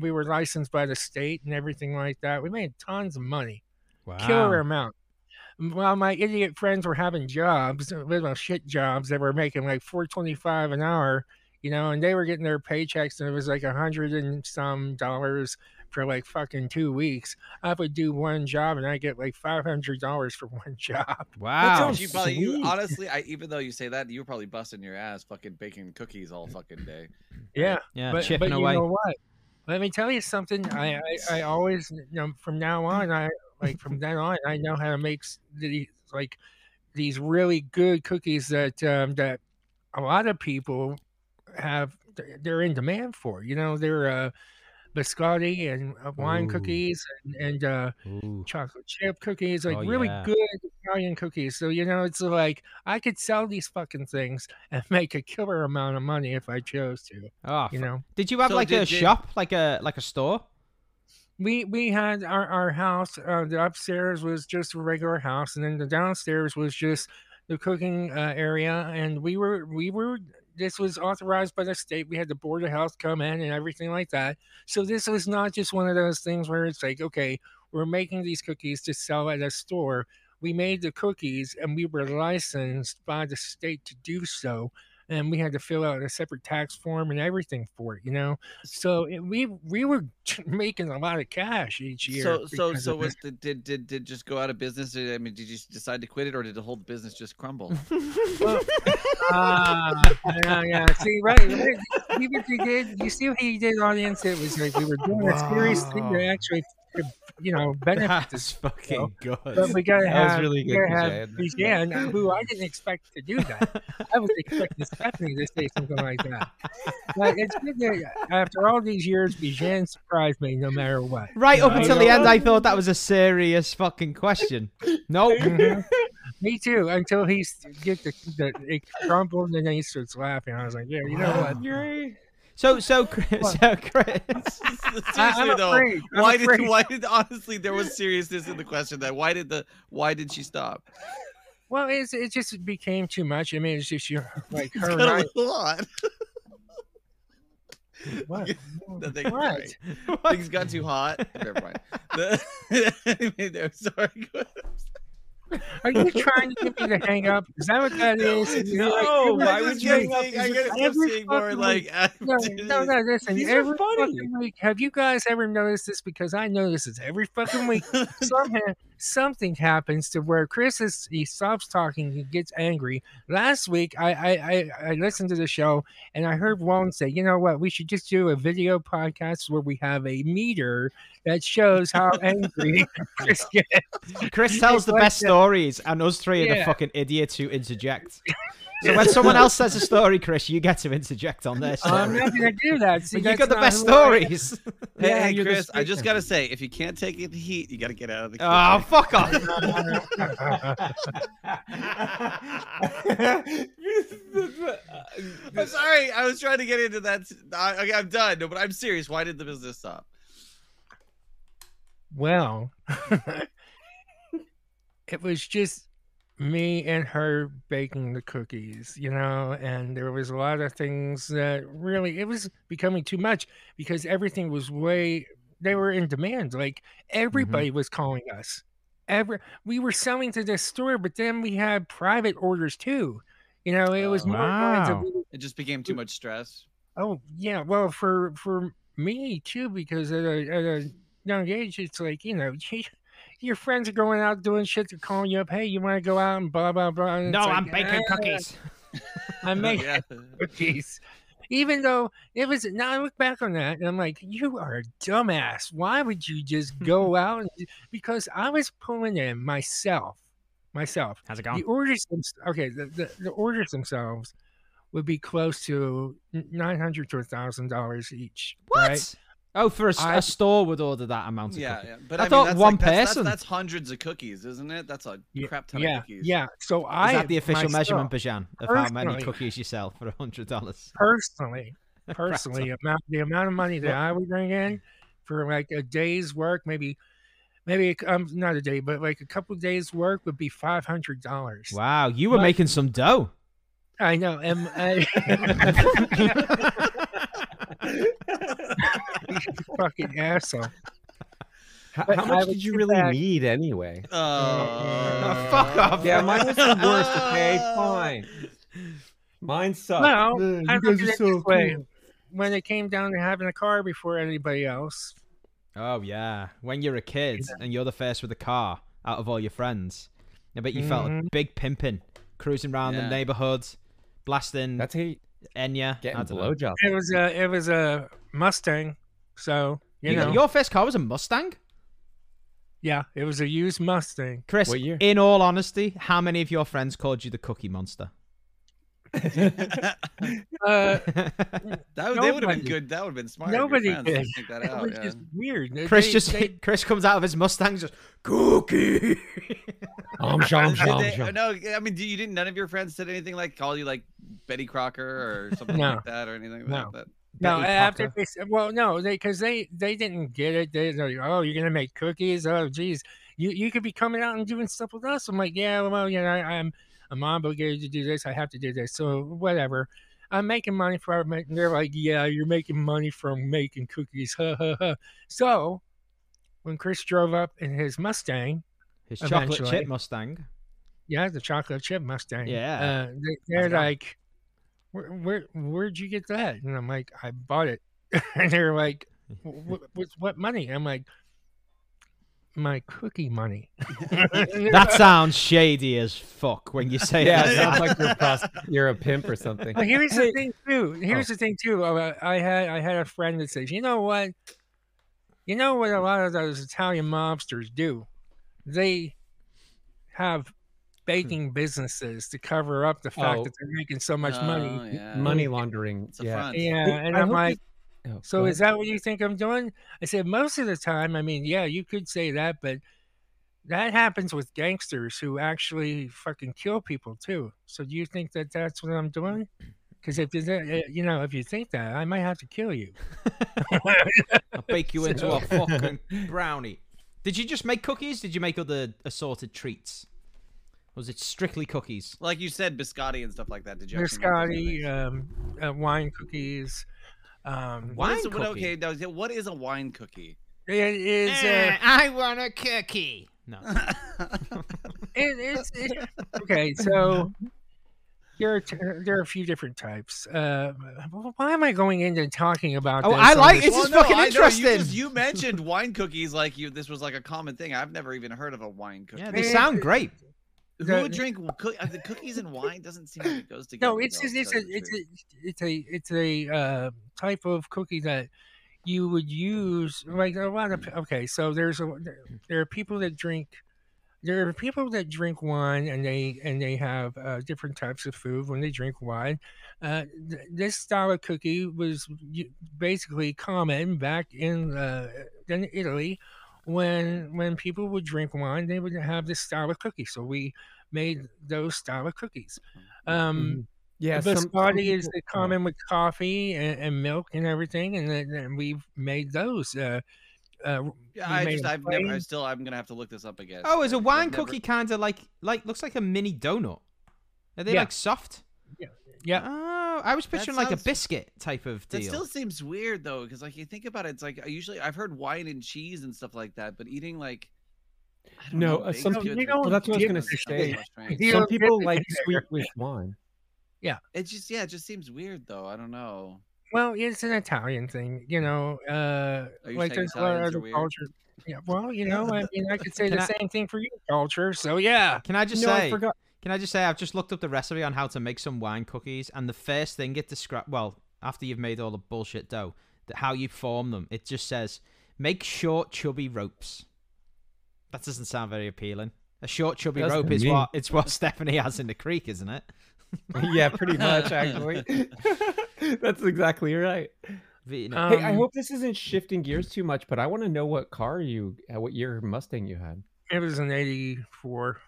we were licensed by the state and everything like that. We made tons of money killer amount. While my idiot friends were having jobs, uh, little shit jobs, they were making like four twenty five an hour, you know, and they were getting their paychecks, and it was like a hundred and some dollars for like fucking two weeks. I would do one job, and I get like five hundred dollars for one job. Wow. But you probably sweet. you, honestly I even though you say that you were probably busting your ass fucking baking cookies all fucking day Yeah, yeah, but, chipping but away. you know what? Let me tell you something. I, I, I always, you know, from now on, I like from then on, I know how to make s- these like these really good cookies that um, that a lot of people have. they're- They're in demand for. You know, they're uh, biscotti and uh, wine Ooh. cookies and, and uh, Ooh. chocolate chip cookies, like Oh, really yeah. good Italian cookies. So you know, it's like I could sell these fucking things and make a killer amount of money if I chose to. Oh, You fu- know. Did you have So like a did you- shop, like a like a store? we we had our, our house uh, the upstairs was just a regular house and then the downstairs was just the cooking uh, area and we were we were this was authorized by the state we had the board of health come in and everything like that so this was not just one of those things where it's like okay we're making these cookies to sell at a store we made the cookies and we were licensed by the state to do so and we had to fill out a separate tax form and everything for it you know so it, we we were t- making a lot of cash each year. so so because so of was the, did did did just go out of business I mean did you s- decide to quit it or did the whole business just crumble that. Ah, yeah, yeah. See, right, right. See what you did? You see what he did, audience? It was like we were doing a serious thing to Wow. actually, you know, benefit this. fucking But we gotta That was have, really we good, gotta have Bijan. Bijan, uh, who I didn't expect to do that. I was expecting Stephanie to say something like that. But it's good that uh, after all these years, Bijan surprised me no matter what. Right up I until the know. end, I thought that was a serious fucking question. Nope. Mhm. Me too. Until he s- get the, the it crumbled and then he starts laughing. I was like, yeah, you know what? So, so, Chris, so Chris. I, Seriously am though, afraid. I'm why afraid. did why did honestly there was seriousness in the question that why did the why did she stop? Well, it's, it just became too much. I mean, it's just you know, like her. and Got a I- little odd. What? That they- What? right. Things got too hot. Never mind. The- anyway, no, sorry. go- Are you trying to get me to hang up? Is that what that is? You're like- No, you're why like- I would just you you're kept hang like- up? seeing- it I Is just kept every seeing more fucking like uh, No, no, no, listen. These are every funny. fucking week, have you guys ever noticed this? Because I notice this every fucking week. somehow something happens to where Chris is he stops talking, he gets angry. Last week I I, I, I listened to the show and I heard Wong say, you know what, we should just do a video podcast where we have a meter that shows how angry Chris gets. Chris tells the Like best that. stories, and us three are the Yeah. fucking idiots who interject. So when someone else says a story, Chris, you get to interject on their story. Oh, I'm not gonna do that. But See, you that's got the not best who I am. stories. Hey, Yeah, hey you're the Chris, I just speaker. gotta say, if you can't take it the heat, you gotta get out of the. oh, kitchen. fuck off. I'm sorry. I was trying to get into that. I, okay, I'm done. No, but I'm serious. Why did the business stop? Well, it was just me and her baking the cookies, you know, and there was a lot of things that really it was becoming too much because everything was way they were in demand. Like everybody was calling us. Every we were selling to this store, but then we had private orders too. You know, it was Oh. more going to Wow. be It just became too much stress. Oh yeah, well for for me too, because at a, at a young age, it's like you know, your friends are going out doing shit. They're calling you up, hey, you want to go out and blah blah blah. and No, it's like, I'm baking "Ah, cookies. I'm making Yeah. cookies. Even though it was now, I look back on that and I'm like, you are a dumbass. Why would you just go out? And, do-" because I was pulling in myself, myself. How's it The going? orders, thems- okay, the, the, the orders themselves would be close to nine hundred to thousand dollars each. What? right? Oh, for a, s- a I- store would order that amount of yeah, cookies. yeah. But I I, mean, thought that's one like- that's- person- That's, that's hundreds of cookies, isn't it? That's a crap ton yeah, of cookies. yeah. Is So I that the official myself, measurement, Bajan, of how many personally- cookies you sell for hundred dollars? personally, personally, amount the amount of money that I would bring in for like a day's work, maybe, maybe um, not a day, but like a couple days work would be five hundred dollars. Wow, you were making some dough. I know. And I, fucking asshole. How, But how I much would did you sit really back- need anyway? Oh, fuck off. Yeah, mine was the worst. Okay, fine. Mine sucked. Well, Ugh, I you guys look are at it so this way. cool. When it came down to having a car before anybody else, Oh yeah, when you're a kid and you're the first with a car out of all your friends, I bet you felt a Mhm. big pimpin, cruising around the Yeah. neighborhood, blasting That's how you Enya. get I a don't know. blowjob. it was a it was a Mustang. So you, You- know, your first car was a Mustang, yeah, it was a used Mustang. Chris. What year? In all honesty, how many of your friends called you the Cookie Monster? Uh, that would, they would have been Nobody- good. That would have been smart. of your nobody friends to did. Check that It out. was yeah. just weird. They- Chris just they- Chris comes out of his Mustang just Cookie. Om sham Did sham they- sham. no, I mean, do you didn't? None of your friends said anything like call you like Betty Crocker or something No. like that, or anything No. like that. no Betty after Crocker. they said, well no they because they they didn't get it. They they're like oh you're gonna make cookies oh geez you you could be coming out and doing stuff with us. I'm like yeah well you know I, I'm I'm obligated to do this. I have to do this. So whatever. I'm making money from it. And they're like, yeah, you're making money from making cookies. Ha ha ha. So when Chris drove up in his Mustang, His chocolate Eventually. chip Mustang. Yeah, the chocolate chip Mustang. Yeah. Uh, they, they're it going? like, where, where, where'd you get that? And I'm like, I bought it. and they're like, "Wh- wh- with what money? I'm like, my cookie money. That sounds shady as fuck when you say Yeah, it. it like that. sounds like you're a, prost- you're a pimp or something. But here's the thing too. Here's the thing too. uh, I had I had a friend that says, you know what? You know what a lot of those Italian mobsters do? They have baking businesses to cover up the fact Oh. that they're making so much money. Oh, yeah. Money laundering. It's a Yeah. front. Yeah, Wait, and Uh, I I'm hope like, you- oh, so go is that what you think I'm doing? I said, most of the time, I mean, yeah, you could say that, but that happens with gangsters who actually fucking kill people too. So do you think that that's what I'm doing? Because if you, th- eh, you know, if you think that, I might have to kill you. I'll bake you into a So- fucking brownie. Did you just make cookies? Did you make other assorted treats? Or was it strictly cookies? Like you said, biscotti and stuff like that. Did you? actually Biscotti, make those things? um, uh, wine cookies. Um, What is- Wine what- cookie? okay, now, yeah, what is a wine cookie? it is. Uh, Eh, I want a cookie. No. it, it's, it's okay. So there are t- there are a few different types. Uh, wh- why am I going in and talking about? Oh, this I on like- this- This is fucking I know, interesting. You, just- you mentioned wine cookies like you. This was like a common thing. I've never even heard of a wine cookie. Yeah, they sound great. Who the- would drink coo- uh, the cookies and wine? Doesn't seem like it goes together. No, it's though, just, to it's tell a you the it's a it's truth. a it's a uh, type of cookie that you would use like a lot of okay. So there's a there- there are people that drink there are people that drink wine and they and they have uh, different types of food when they drink wine. Uh, th- this style of cookie was u- basically common back in uh, in Italy when when people would drink wine, they would have this style of cookie. So we made those style of cookies. Um, Mm-hmm. Yeah, the some- some biscotti is people- the oh. common with coffee and, and milk and everything, and, then- and we've made those. Uh, uh, Yeah, You I made just, a I've never, I plain- still, I'm gonna have to look this up again. Oh, is a I've wine never- cookie kind of like like looks like a mini donut? Are they Yeah. like soft? yeah, Oh, I was picturing like sounds- a biscuit type of That deal. still seems weird though, because like you think about it, it's like I usually I've heard wine and cheese and stuff like that, but eating like I don't No, know, uh, baked some goods people- with Well, that's what I was cheese gonna does sound say. so strange. Deal Some dip people it like in sweet there. with wine. It just yeah, it just seems weird though. I don't know. well, it's an Italian thing, you know. Uh, Are you like Oh, saying there's a lot of Italians are other weird? culture. Yeah, well, you know, I mean, I could say Can the I- same thing for your culture. So yeah, Can I just no, say? I forgot. Can I just say I've just looked up the recipe on how to make some wine cookies, and the first thing it describes, well, after you've made all the bullshit dough, that how you form them, it just says make short chubby ropes. That doesn't sound very appealing. A short chubby Doesn't rope is mean- what it's what Stephanie has in the creek, isn't it? yeah, pretty much actually. That's exactly right. V- no. Hey, I Um, hope this isn't shifting gears too much, but I want to know what car you, uh, what year Mustang you had. it was an 84,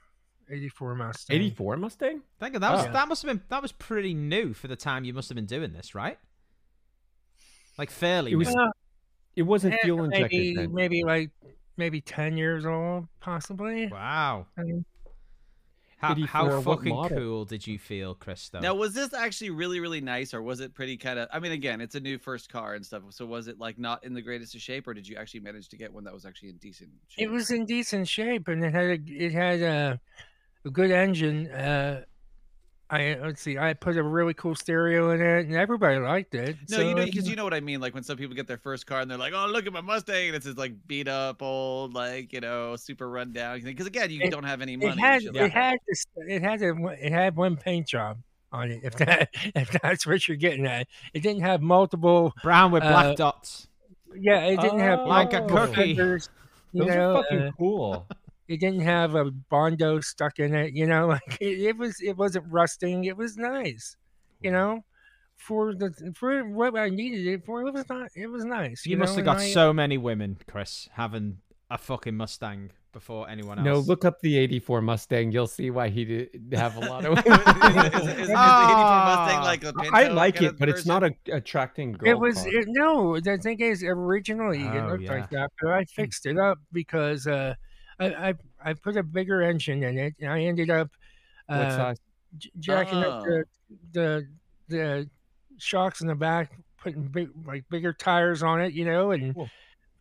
84 Mustang. '84 Mustang. Thank you. That was Oh. that must have been that was pretty new for the time you must have been doing this, right? Like fairly. It was new. Uh, It wasn't eh, fuel injected maybe, then. maybe like maybe ten years old, possibly. wow. Um, How, 84, how what fucking model? cool did you feel, Chris? Though? Now, was this actually really, really nice, or was it pretty kind of? I mean, again, it's a new first car and stuff. So, was it like not in the greatest of shape, or did you actually manage to get one that was actually in decent shape? It was in decent shape, and it had a, it had a, a good engine. Uh, I let's see, I put a really cool stereo in it, and everybody liked it. No, you know, so, because you know what I mean. Like when some people get their first car and they're like, "Oh, look at my Mustang," and it's this like beat up, old, like you know, super rundown. Because again, you It- don't have any money. it and had shit it like that. had this, it had a, one- it had one paint job on it. If that if that's what you're getting at, it didn't have multiple. Brown with black Uh, dots. Yeah, it didn't have Oh. Like a multiple cookie. fenders, You Those know, are fucking uh, cool. it didn't have a bondo stuck in it you know like it, it was it wasn't rusting it was nice you know for the for what i needed it for it was not it was nice You, you, must know, have got and I- so many women, Chris, having a fucking Mustang before anyone else. No, look up the '84 Mustang. You'll see why he did have a lot of. is, is, is, is the 84 Mustang Ah, like a I Pinto like kind it, of but it's version? not a, attracting girl. it was car. it, no the thing is originally it Oh, looked like yeah. that but i fixed it up because uh i i, I put a bigger engine in it and i ended up What uh, size? j- jacking up Oh. the, the the shocks in the back, putting big like bigger tires on it, you know, and Cool.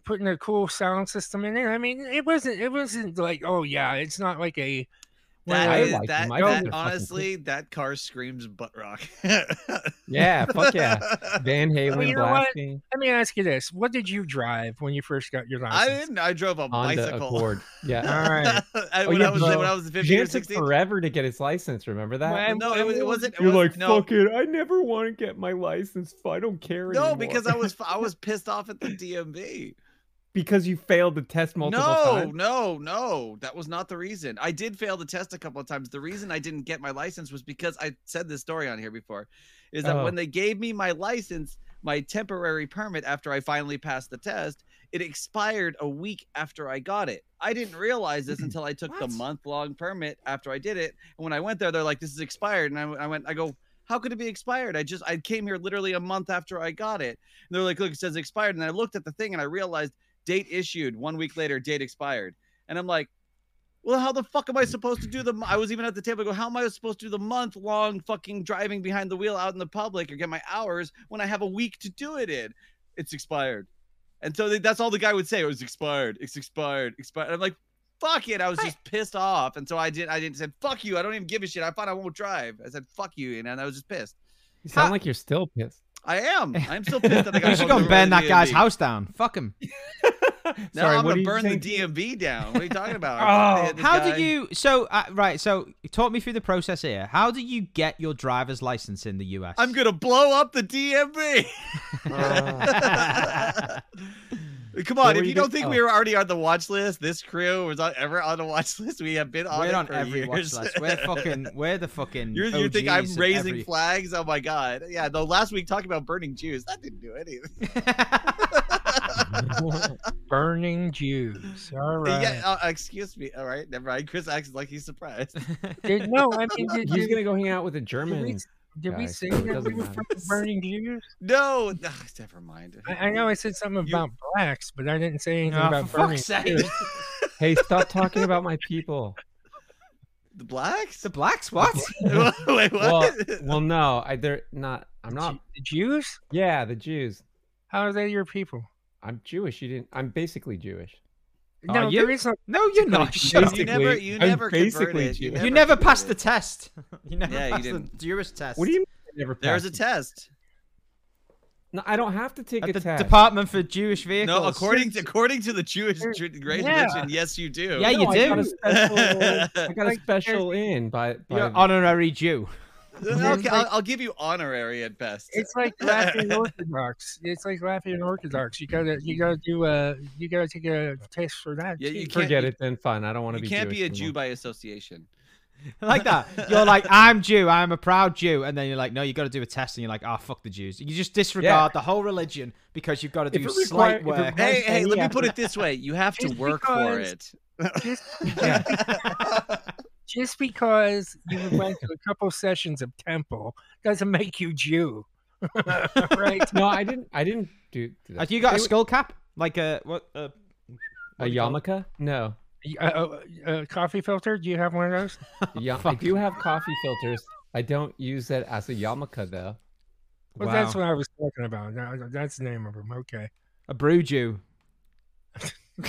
putting a cool sound system in it. I mean, it wasn't it wasn't like oh yeah, it's not like a one of That, I those- is, like that, them. I that think they're fucking cool. honestly, that car screams butt rock. Yeah, fuck yeah. Van Halen you know what? blasting let me ask you this: What did you drive when you first got your I license? didn't. I drove a Honda bicycle. Accord. Yeah. All right. I- Oh, when, yeah, I was, bro. when I was 15 Jan or took 16. forever to get his license. Remember that? Well, No, it, was, it wasn't. It You're wasn't, like, no, fuck it. I never want to get my license. I don't care anymore. No, because I was I was pissed off at the DMV. because you failed the test multiple no, times. no, no. That was not the reason. I did fail the test a couple of times. The reason I didn't get my license was because I said this story on here before. Is that Oh. when they gave me my license, my temporary permit after I finally passed the test, it expired a week after I got it. I didn't realize this until I took the What? month long permit after I did it. And when I went there, they're like, "This is expired," and I, w- I went, "I go." How could it be expired? I just I came here literally a month after I got it. And they're like, look, it says expired. And I looked at the thing and I realized date issued one week later date expired and i'm like well how the fuck am i supposed to do the m-" i was even at the table I go how am i supposed to do the month long fucking driving behind the wheel out in the public or get my hours when i have a week to do it in it's expired and so they, that's all the guy would say it was expired it's expired expired And i'm like fuck it i was just pissed off and so i didn't i didn't said fuck you i don't even give a shit i thought i won't drive i said fuck you and i was just pissed You sound like you're still pissed. i am i'm still pissed that i got you should pulled go over and by burn that the guy's DMV. house down. Fuck him. No, Sorry, I'm what gonna do you burn the think? DMV down. What are you talking about? They had this How guy- did Oh, you? So uh, right, so talk me through the process here. How do you get your driver's license in the US? I'm gonna blow up the DMV. Ah. Come on, were if you you don't gonna- think oh. we were already on the watch list, this crew was not ever on the watch list. We have been on it We're on for every watch years. list. We're fucking. We're the fucking. You're, you think I'm OGs of raising every- flags? Oh my god! Yeah, the last week talking about burning Jews that didn't do anything. Burning Jews. All right. Yeah, uh, excuse me. All right, never mind. Chris acts like he's surprised. Did- no, I mean, did, He's did, gonna go hang out with did a we, German. did we guys, say so it that we doesn't were matter. fucking burning Jews? No, ugh, never mind. I, I know I said something You- about blacks, but I didn't say anything Oh, about for burning. fuck's sake! Jews. Hey, stop talking about my people. the blacks. The blacks. What? Wait, what? Well, well, no, I, they're not. I'm not. Ju- Jews? Yeah, the Jews. How are they your people? I'm Jewish. You didn't. I'm basically Jewish. Are No, there you? is no. No, you're not. Shut up. you never, you I'm never basically converted. Jew. You never passed the converted. test. You never Yeah, you passed the didn't. Jewish test. What do you mean? I never There's a passed? test. No, I don't have to take At a the test. Department for Jewish Vehicles. No, according to according to the Jewish tr- great Yeah. religion, yes, you do. Yeah, No, you I got a do. special, I got a Like, special in by. by You're honorary Jew. okay, I'll, I'll give you honorary at best. It's like Latvian Orthodox. It's like Latvian Orthodox. You gotta, you gotta do a, you gotta take a test for that. Yeah, too. you can't- forget it. Then fine. I don't want to you be. can't Jewish be a anymore. Jew by association. like that. You're like, I'm Jew. I'm a proud Jew. And then you're like, no, you got to do a test. And you're like, ah, fuck the Jews. You just disregard the whole religion because you've got to If do it slight require- if it work. require- Hey, Hey, hey, let me yeah. put it this way: you have to It's work for it. Just, just because you went to a couple sessions of temple doesn't make you Jew, right? No, I didn't. I didn't do. do Have that. you got They a were- skull cap? Like a what? Uh, a yarmulke? No. A, a, a uh, oh, coffee filter? Do you have one of those? Yeah, I do have coffee filters. I don't use that as a yarmulke though. Well, that's what I was talking about. That- That's the name of them. Okay. a brew Jew.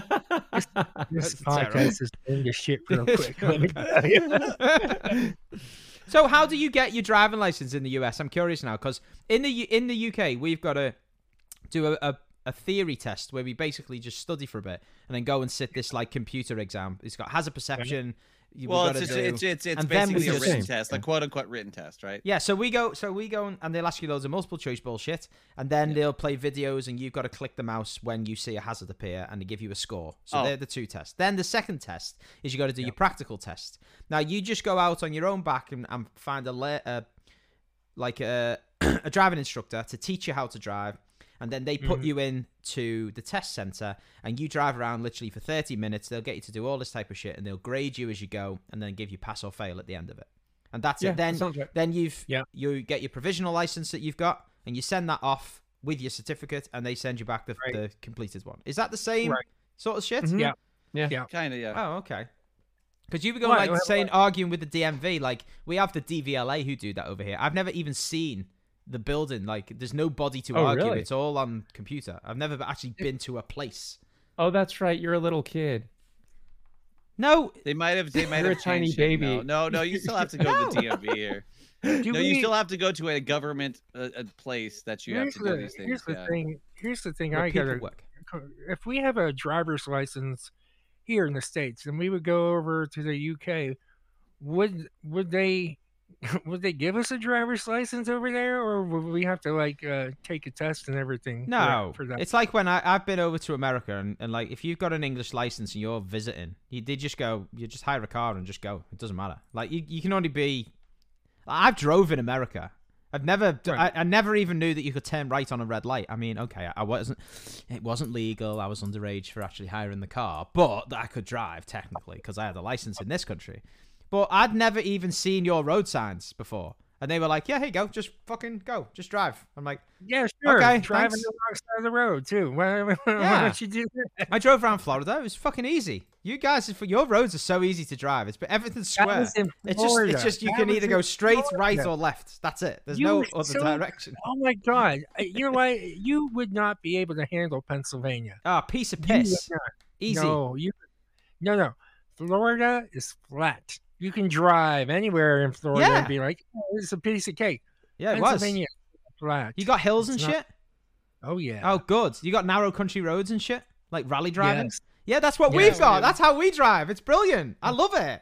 This That's podcast terrible. is going to shit real quick. Let me tell you. so how do you get your driving license in the US? I'm curious now because in the U- in the UK we've got to do a, a a theory test where we basically just study for a bit and then go and sit this like computer exam. It's got hazard perception. you- we've Well, gotta it's just, do- it's it's it's and then we basically a just- written Same, test, a quote unquote written test, right? yeah. So we go, so we go, and- and they'll ask you loads of multiple choice bullshit, and then they'll play videos, and you've got to click the mouse when you see a hazard appear, and they give you a score. So Oh. they're the two tests. Then the second test is you got to do your practical test. Now you just go out on your own back and, and find a la- uh, like a a driving instructor to teach you how to drive and then they put you in to the test center and you drive around literally for 30 minutes they'll get you to do all this type of shit and they'll grade you as you go and then give you pass or fail at the end of it and that's Yeah, it then that sounds right. then you've Yeah. you get your provisional license that you've got and you send that off with your certificate and they send you back the, Right. the completed one is that the same Right. Mm-hmm. sort of shit Mhm. Yeah. Kind of, yeah. Oh, okay. Because you were going Right, like well, saying arguing with the DMV, like we have the DVLA who do that over here. I've never even seen the building. Like there's no body to Oh, argue. really? It's all on computer. I've never actually been to a place. Oh, that's right. You're a little kid. No, They might have. They might You're a have tiny changed it. baby. No, no, no, you still have to go to the DMV here. Do no, we- you still have to go to a government uh, a place that you have Here's to do the, these here's things. the yeah. thing. Here's the thing. the I people gotta. work. If we have a driver's license here in the states, and we would go over to the UK, would would they would they give us a driver's license over there, or would we have to like uh, take a test and everything? for that- No, for that. it's like when I, I've been over to America and, and like if you've got an English license and you're visiting, you did just go, you just hire a car and just go. It doesn't matter. Like you, you can only be. I- I've drove in America. I've never, d I I Right. I, never even knew that you could turn right on a red light. I mean, okay, I, I wasn't, it wasn't legal. I was underage for actually hiring the car, but I could drive technically because I had a license in this country. But I'd never even seen your road signs before, and they were like, "Yeah, here you go, just fucking go, just drive." I'm like. Yeah, sure. Okay, driving thanks. alongside the road too. Why, why Yeah. don't you do that? I drove around Florida. It was fucking easy. You guys, your roads are so easy to drive. It's but everything's That square. was in It's just, Florida. it's just you That can was either in go straight, right, Florida. or left. That's it. There's You no were other so- direction. Oh my god! I- You know what? You would not be able to handle Pennsylvania. Ah, piece of You would piss. not. Easy. No, you. No, no. Florida is flat. You can drive anywhere in Florida Yeah. and be like, oh, "It's a piece of cake." Yeah, it was. Pennsylvania is flat. You got hills and It's not- shit. Oh yeah. Oh, good. You got narrow country roads and shit, like rally driving. Yes. Yeah, that's what Yeah, we've we got. do. That's how we drive. It's brilliant. I love it.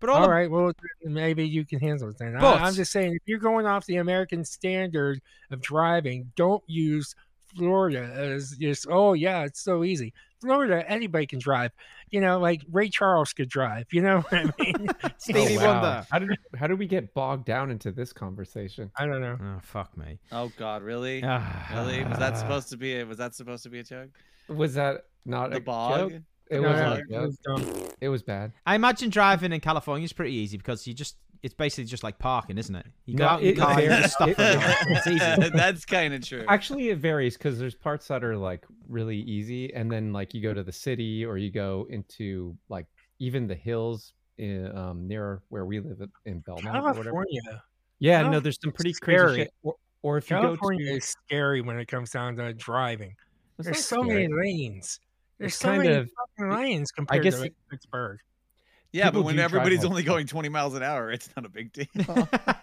But all, All the- right. Well, maybe you can handle it then. I, But- I'm just saying, if you're going off the American standard of driving, don't use Florida as just, oh, yeah, it's so easy. Florida, anybody can drive. You know, like Ray Charles could drive. You know what I mean? Stevie Wonder. Oh, How did how did we get bogged down into this conversation? I don't know. Oh fuck me. Oh God, really? Really? Really? Was that supposed to be? A, was that supposed to be a joke? Was that not The a bog. joke? It No, was no, not it was dumb. It was bad. I imagine driving in California is pretty easy because you just it's basically just like parking, isn't it? You go No, out in your it car and you varies. just stop. It at the- It's easy. That's kind of true. Actually, it varies because there's parts that are like really easy, and then like you go to the city or you go into like even the hills in, um, near where we live in Belmont or whatever. California. Yeah, Calif- no, there's some pretty scary. crazy shit. Or, or if you go to California is scary when it comes down to driving. It's There's not so scary. many lanes. There's It's so kind many of- fucking lanes compared guess to it- like, Pittsburgh. yeah, but people when do drive everybody's like only that. going 20 miles an hour, it's not a big deal.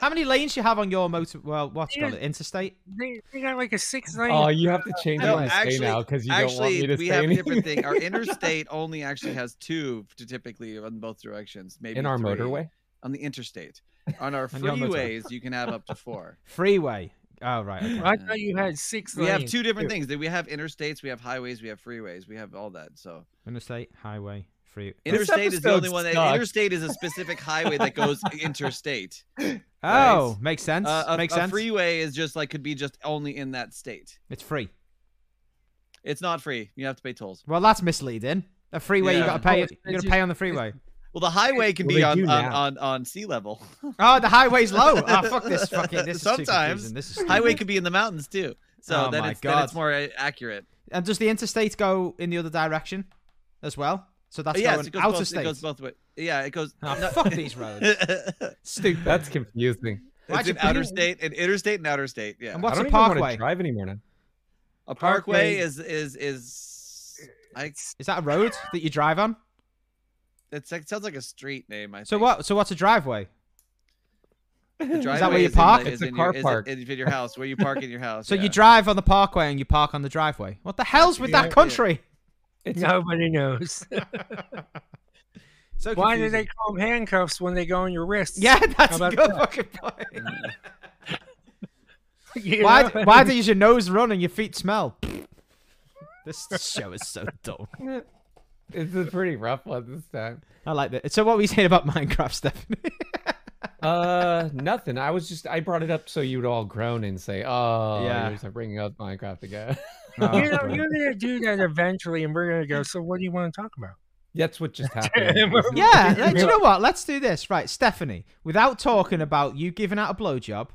How many lanes you have on your motor? Well, what's it called? Interstate? They, they got like a six lane. Oh, you have to change No, what you actually- say now because you don't want me actually, to we say have a different anything. thing. Our interstate only actually has two to typically in both directions. Maybe in our three. motorway. on the interstate. On our On your motorway. freeways, you can have up to four. Freeway. Oh right. okay. I thought you had six We lanes. have two different things. That we have interstates, we have highways, we have freeways, we have all that. So Interstate, highway, free. This interstate is the only episode one that sucks. interstate is a specific highway that goes interstate. Oh, makes sense. Uh, a, makes a sense. freeway is just like could be just only in that state. It's free. It's not free. You have to pay tolls. Well, that's misleading. A freeway you Yeah. got to pay. Oh, it's- you got it's to pay on the freeway. Well, the highway can Well, be they on do on, now. on on sea level. Oh, the highway's low. Ah, fuck this. Fucking this. Is too Sometimes. confusing. this is highway stupid. could be in the mountains too. So Oh then, my it's, then it's God. more uh, accurate. And does the interstate go in the other direction as well? So that's yes, going it goes, out both, of state. it goes both ways. Yeah, it goes. Ah, no- fuck these roads. Stupid. That's confusing. It's Actually, an outer state, an interstate and outer state. Yeah. And what's I a don't even want parkway? to drive anymore now. a parkway- parkway, is is is I, Is that a road that you drive on? it's like, sounds like a street name. I think. So what? So what's a driveway? The that driveway where you is in the- park? is It's a in car your, is it- park. is in your house, where you park in your house. So yeah. you drive on the parkway and you park on the driveway. What the hell's with Yeah, that yeah. country? It's a- Nobody knows. So Why do confusing. they call 'em handcuffs when they go on your wrists? Yeah, that's a about good that? fucking point. You Why? know? Why does your nose run and your feet smell? this show is so dumb. it's a pretty rough one this time. I like that. So what were you saying about Minecraft, Stephanie? Uh, nothing. I was just I brought it up so you'd all groan and say, "Oh, Yeah. you're just bringing up Minecraft again." Oh, You know, you're gonna do that eventually, and we're gonna go. So, what do you want to talk about? That's what just happened. This is- Yeah, let- do you know what? Let's do this. Right, Stephanie, without talking about you giving out a blowjob,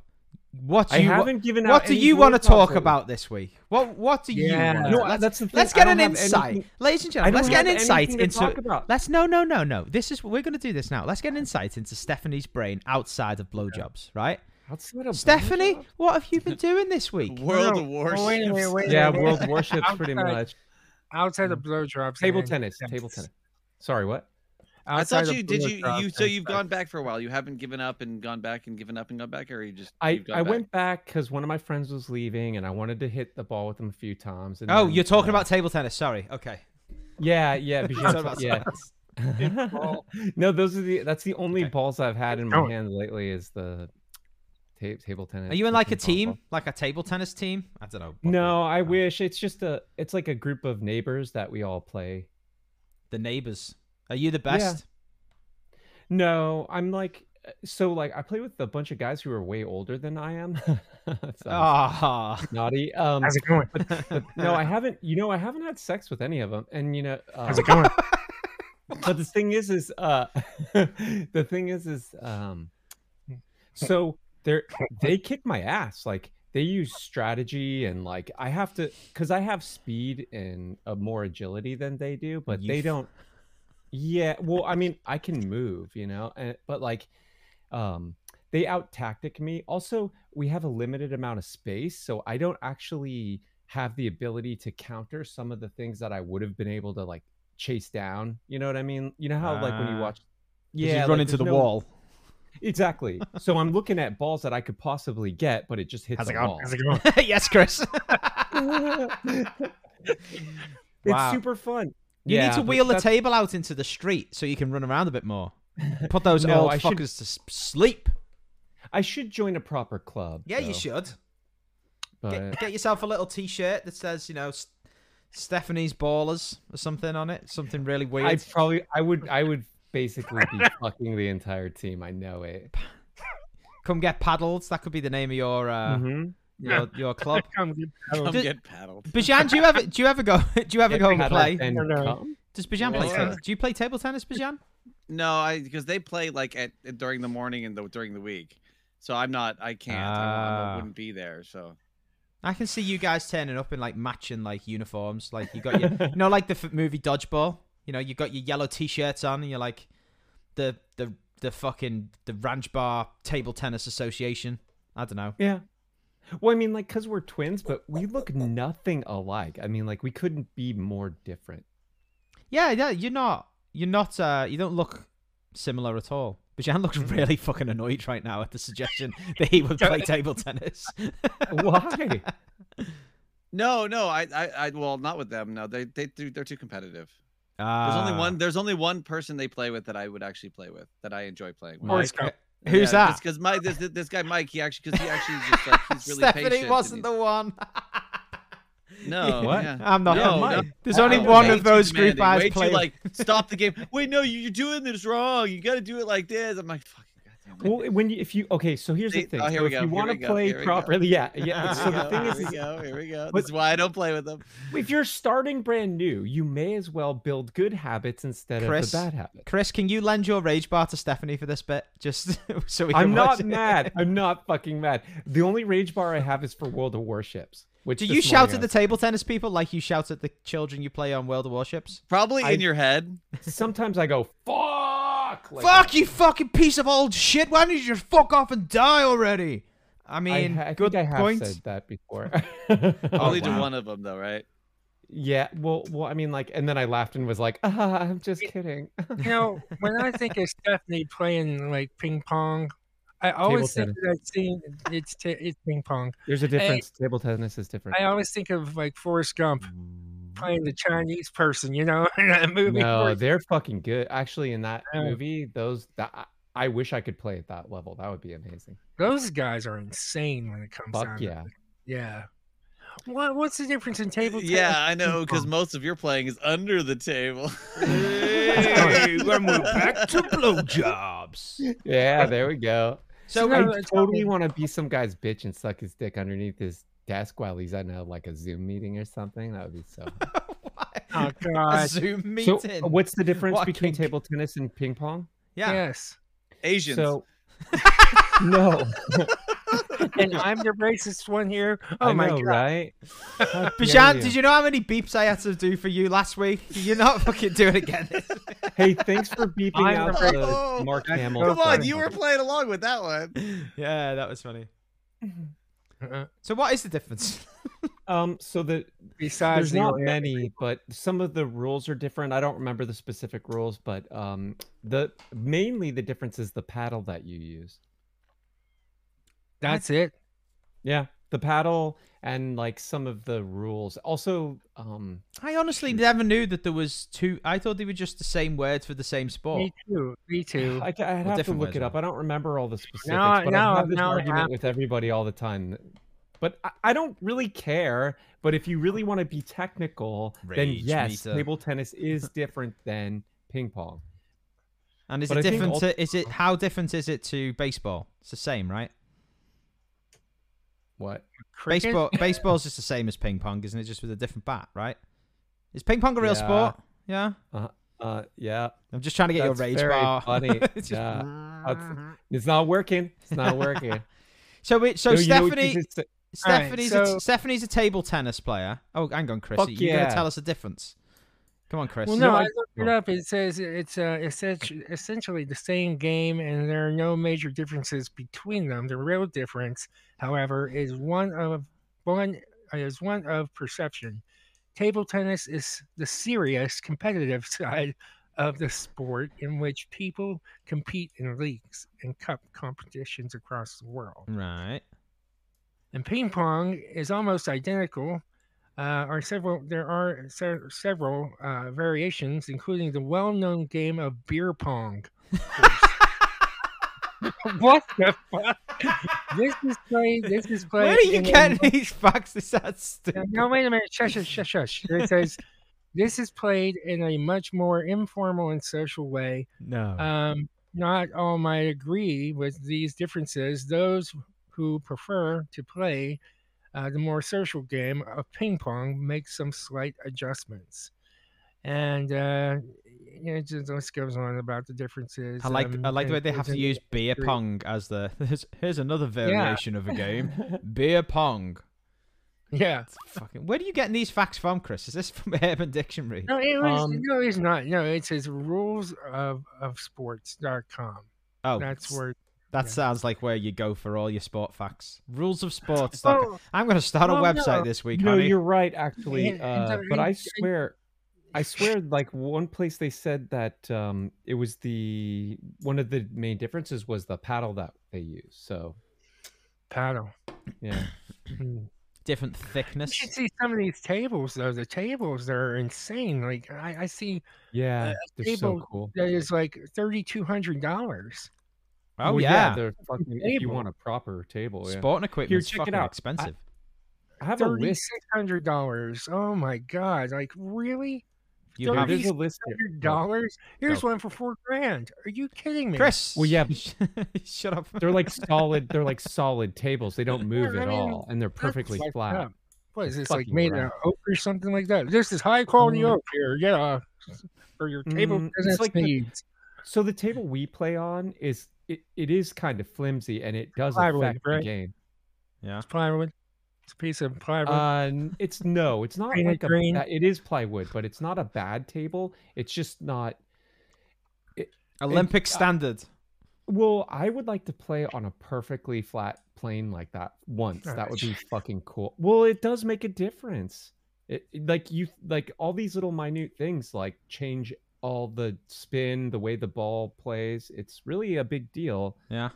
what do I you wa- haven't given out. what do any you want to blowjobs talk lately. about this week? What what do Yeah. you want? No, let's, that's the thing. let's I get an don't have insight. anything- Ladies and I gentlemen, let's don't get an have insight anything to into talk about. Let's no no no no. This is we're going to do this now. Let's get an insight into Stephanie's brain outside of blowjobs, right? Outside of Stephanie, blowjobs? what have you been doing this week? World No, no, of Warships. oh, wait a minute, wait a Yeah, minute. World Warships, pretty Outside- much. Outside of blowjobs, Table and tennis, table tennis. Sorry, what? I Outside thought of you did you blowjobs you so and you've gone back for a while. You haven't given up and gone back and given up and gone back, or you just I you've gone I back? went back because one of my friends was leaving, and I wanted to hit the ball with him a few times. And Oh, then, you're talking uh, about table tennis. Sorry. Okay. Yeah, yeah, because Sorry about yeah. ball. no, those are the. That's the only Okay. balls I've had in going. my hand lately is the ta- table tennis. Are you in like a ping pong team, ball. like a table tennis team? I don't know. No, I wish. It's just a. It's like a group of neighbors that we all play. The neighbors. Are you the best? No, I'm like. uh, So like I play with a bunch of guys who are way older than I am. Sounds Ah. naughty. Um, How's it going? but no, I haven't. You know, I haven't had sex with any of them. And you know, uh, How's it going? but the thing is is uh the thing is is um so they're they kick my ass like they use strategy and like i have to because i have speed and uh, more agility than they do but they You've- don't yeah well i mean i can move you know and, but like um they out tactic me also we have a limited amount of space so i don't actually have the ability to counter some of the things that i would have been able to like chase down. You know what I mean? You know how like when you Ah. watch, You yeah, just like, run into there's the no- wall. Exactly. So I'm looking at balls that I could possibly get, but it just hits How's a it going? wall. How's it going? yes, Chris. it's Wow. super fun. You Yeah, need to but wheel the that's- table out into the street so you can run around a bit more. Put those No, old I should- fuckers to s- sleep. I should join a proper club. Yeah, you though. should. But Get, get yourself a little T-shirt that says, you know, S- Stephanie's Ballers or something on it. Something really weird. I'd probably I would I would basically be fucking the entire team. I know it. Come get paddled. That could be the name of your uh, Mhm. your, your club. Come get Come Just- get paddled. Bijan, do you ever do you ever go do you ever Get go and paddled play? and No, no. come. Does Bijan play Yeah. tennis? Do you play table tennis, Bijan? No, I because they play like at during the morning and the, during the week, so I'm not. I can't. I, I Ah. wouldn't be there. So I can see you guys turning up in like matching like uniforms. Like you got your, you know, like the f- movie Dodgeball. You know, you got your yellow t-shirts on, and you're like the the the fucking the Ranch Bar Table Tennis Association. I don't know. Yeah. Well, I mean, like, cause we're twins, but we look nothing alike. I mean, like, we couldn't be more different. Yeah, yeah, you're not, you're not, uh, you don't look similar at all. Bijan looks really fucking annoyed right now at the suggestion that he would play table tennis. Why? no, no. I, I, I well, not with them. No, they, they, do- they're too competitive. There's Ah. only one. There's only one person they play with that I would actually play with that I enjoy playing with. Or it's Mike, Cup. uh, Who's that? Because Mike, this, this guy Mike, he actually, because he actually is just like he's really Stephanie patient. and wasn't he's- the one. no. What? yeah. I'm not. No, Oh, Mike. no. There's only Wow. one Way of too those group demanding, way eyes too, playing. like stop the game. Wait, no, you- you're doing this wrong. You got to do it like this. I'm like, fucking goddamn. it." Well, when you, if you, okay, so here's See- the thing. oh, here so we if go, you here want we to go, play here we go. properly, yeah, yeah. Here So we the go, thing is, here is we go, here we go. but- This is why I don't play with them. if you're starting brand new, you may as well build good habits instead Chris, of the bad habits. Chris, can you lend your rage bar to Stephanie for this bit, just so we can? I'm watch not it? mad. I'm not fucking mad. The only rage bar I have is for World of Warships. Which Do this you shout morning at I the table tennis people like you shout at the children you play on World of Warships? Probably I- in your head. sometimes I go fuck. like, fuck you, fucking piece of old shit! Why don't you just fuck off and die already? I I, mean, ha- I good think I have point. said that before. Oh, Only to wow. one of them though, right? yeah. Well, well, I mean, like, and then I laughed and was like, ah, I'm just kidding. You know, when I think of Stephanie playing like ping pong, I always think of that scene. It's t- it's ping pong. There's a difference. Table tennis is different. I always think of like Forrest Gump playing the Chinese person. You know, in that movie. No, Forrest- they're fucking good. Actually, in that Yeah. movie, those that I- I wish I could play at that level. That would be amazing. those guys are insane when it comes. down Fuck to yeah. it. yeah. What what's the difference in table tennis? Yeah, I and know, ping because pong? most of your playing is under the table. Hey, when we're back to blowjobs. Yeah, there we go. So I no, it's totally probably- want to be some guy's bitch and suck his dick underneath his desk while he's on a, like a Zoom meeting or something. That would be so. Oh A God. Zoom meeting. so, uh, what's the difference What a between kink. table tennis and ping pong? yeah. Yes. Asians. So, no. And I'm the racist one here. Oh I my know, God. right? Bijan, did you know how many beeps I had to do for you last week? You're not fucking doing it again. Hey, thanks for beeping I'm out afraid- the Mark That's Hamill. so Oh, Come on, funny. you were playing along with that one. yeah, that was funny. Uh-uh. So what is the difference? Um, so the Besides there's the uh, not old- many, but some of the rules are different. I don't remember the specific rules, but um, the mainly the difference is the paddle that you use. That's it. Yeah, the paddle and like some of the rules. Also, um, I honestly never knew that there was two. I thought they were just the same words for the same sport. Me too. Me too. I, ca- I'd have to different look ways it are up. I don't remember all the specifics, Now- but now- I have this now I argument have with everybody all the time. But I, I don't really care. But if you really want to be technical, then Rage yes, meter. table tennis is different than ping pong. And is But it I think different? ult- To, is it how different is it to baseball? It's the same, right? What? Cricket? Baseball. Baseball's just the same as ping pong, isn't it? Just with a different bat, right? Is ping pong a real Yeah. sport? Yeah. Uh, yeah, I'm just trying to get That's your rage very bar. funny. It's just- Yeah. Mm. That's- it's not working. It's not working. So, it, so No, you know what Stephanie, this is- Alright, Stephanie's so- a, Stephanie's a table tennis player. Oh, hang on, Chris. Fuck You're gonna yeah. tell us the difference. Come on, Chris. Well, no, No, I I- looked it up. It says it's uh, essentially, essentially the same game, and there are no major differences between them. The real difference, however, is one of one is one of perception. Table tennis is the serious competitive side of the sport, in which people compete in leagues and cup competitions across the world. Right. And ping pong is almost identical. Uh, are several there are se- several uh, variations, including the well-known game of beer pong. what the fuck? this is played. This is played. Where are you in- getting these facts? This sounds stupid. No, no, wait a minute. Shush, shush, shush, shush. It says this is played in a much more informal and social way. No. Um, not all might agree with these differences. Those who prefer to play uh, the more social game of ping pong make some slight adjustments. And uh, you know, it just this goes on about the differences. I like um, I like the way and they have to isn't- use beer three. pong as the here's, here's another variation of a game. beer pong. Yeah. It's fucking where are you getting these facts from, Chris? Is this from Urban Dictionary? No, it was, Um, no, it's not. No, it says rules of, of sports.com. oh, That's where. that yeah. sounds like where you go for all your sport facts. Rules of sports. doc- I'm gonna start a well, website Oh, no. this week, No, honey. you're right, actually. Yeah, and Uh, the- but and- I and- swear, I swear, like one place they said that um, it was the one of the main differences was the paddle that they use. So paddle. yeah, Mm. Different You should thickness. see some of these tables though. The tables are insane. Like I, I see Uh, yeah, they're so table cool. that is like thirty two hundred dollars. Oh Well, yeah. they're fucking. If you table. want a proper table, yeah. Sporting equipment check it fucking out. I- expensive. I have a Thirty list. six hundred dollars. Oh my god! Like really? you Dude, have There's a list. here. Hundred dollars? Here's Go. one for four grand. Are you kidding me? Chris. Well, yeah, Shut up. They're like solid. They're like solid tables. They don't move I at mean, all, and they're That's perfectly fucked flat. up. What is It's this like fucking made out rough. of oak or something like that? This is high quality Mm. oak here. Yeah, for your table Mm, it's business like the- needs. So the table we play on is it, it is kind of flimsy, and it does Plywood, affect the right? game. yeah. It's plywood. It's a piece of plywood. Uh, n- it's no, it's not Painted like a, green. ba- it is plywood, but it's not a bad table. It's just not. Olympic standard. Well, I would like to play on a perfectly flat plane like that once. That Alright. would be fucking cool. Well, it does make a difference. It, it- like you like all these little minute things like change all the spin, the way the ball plays. It's really a big deal Yeah.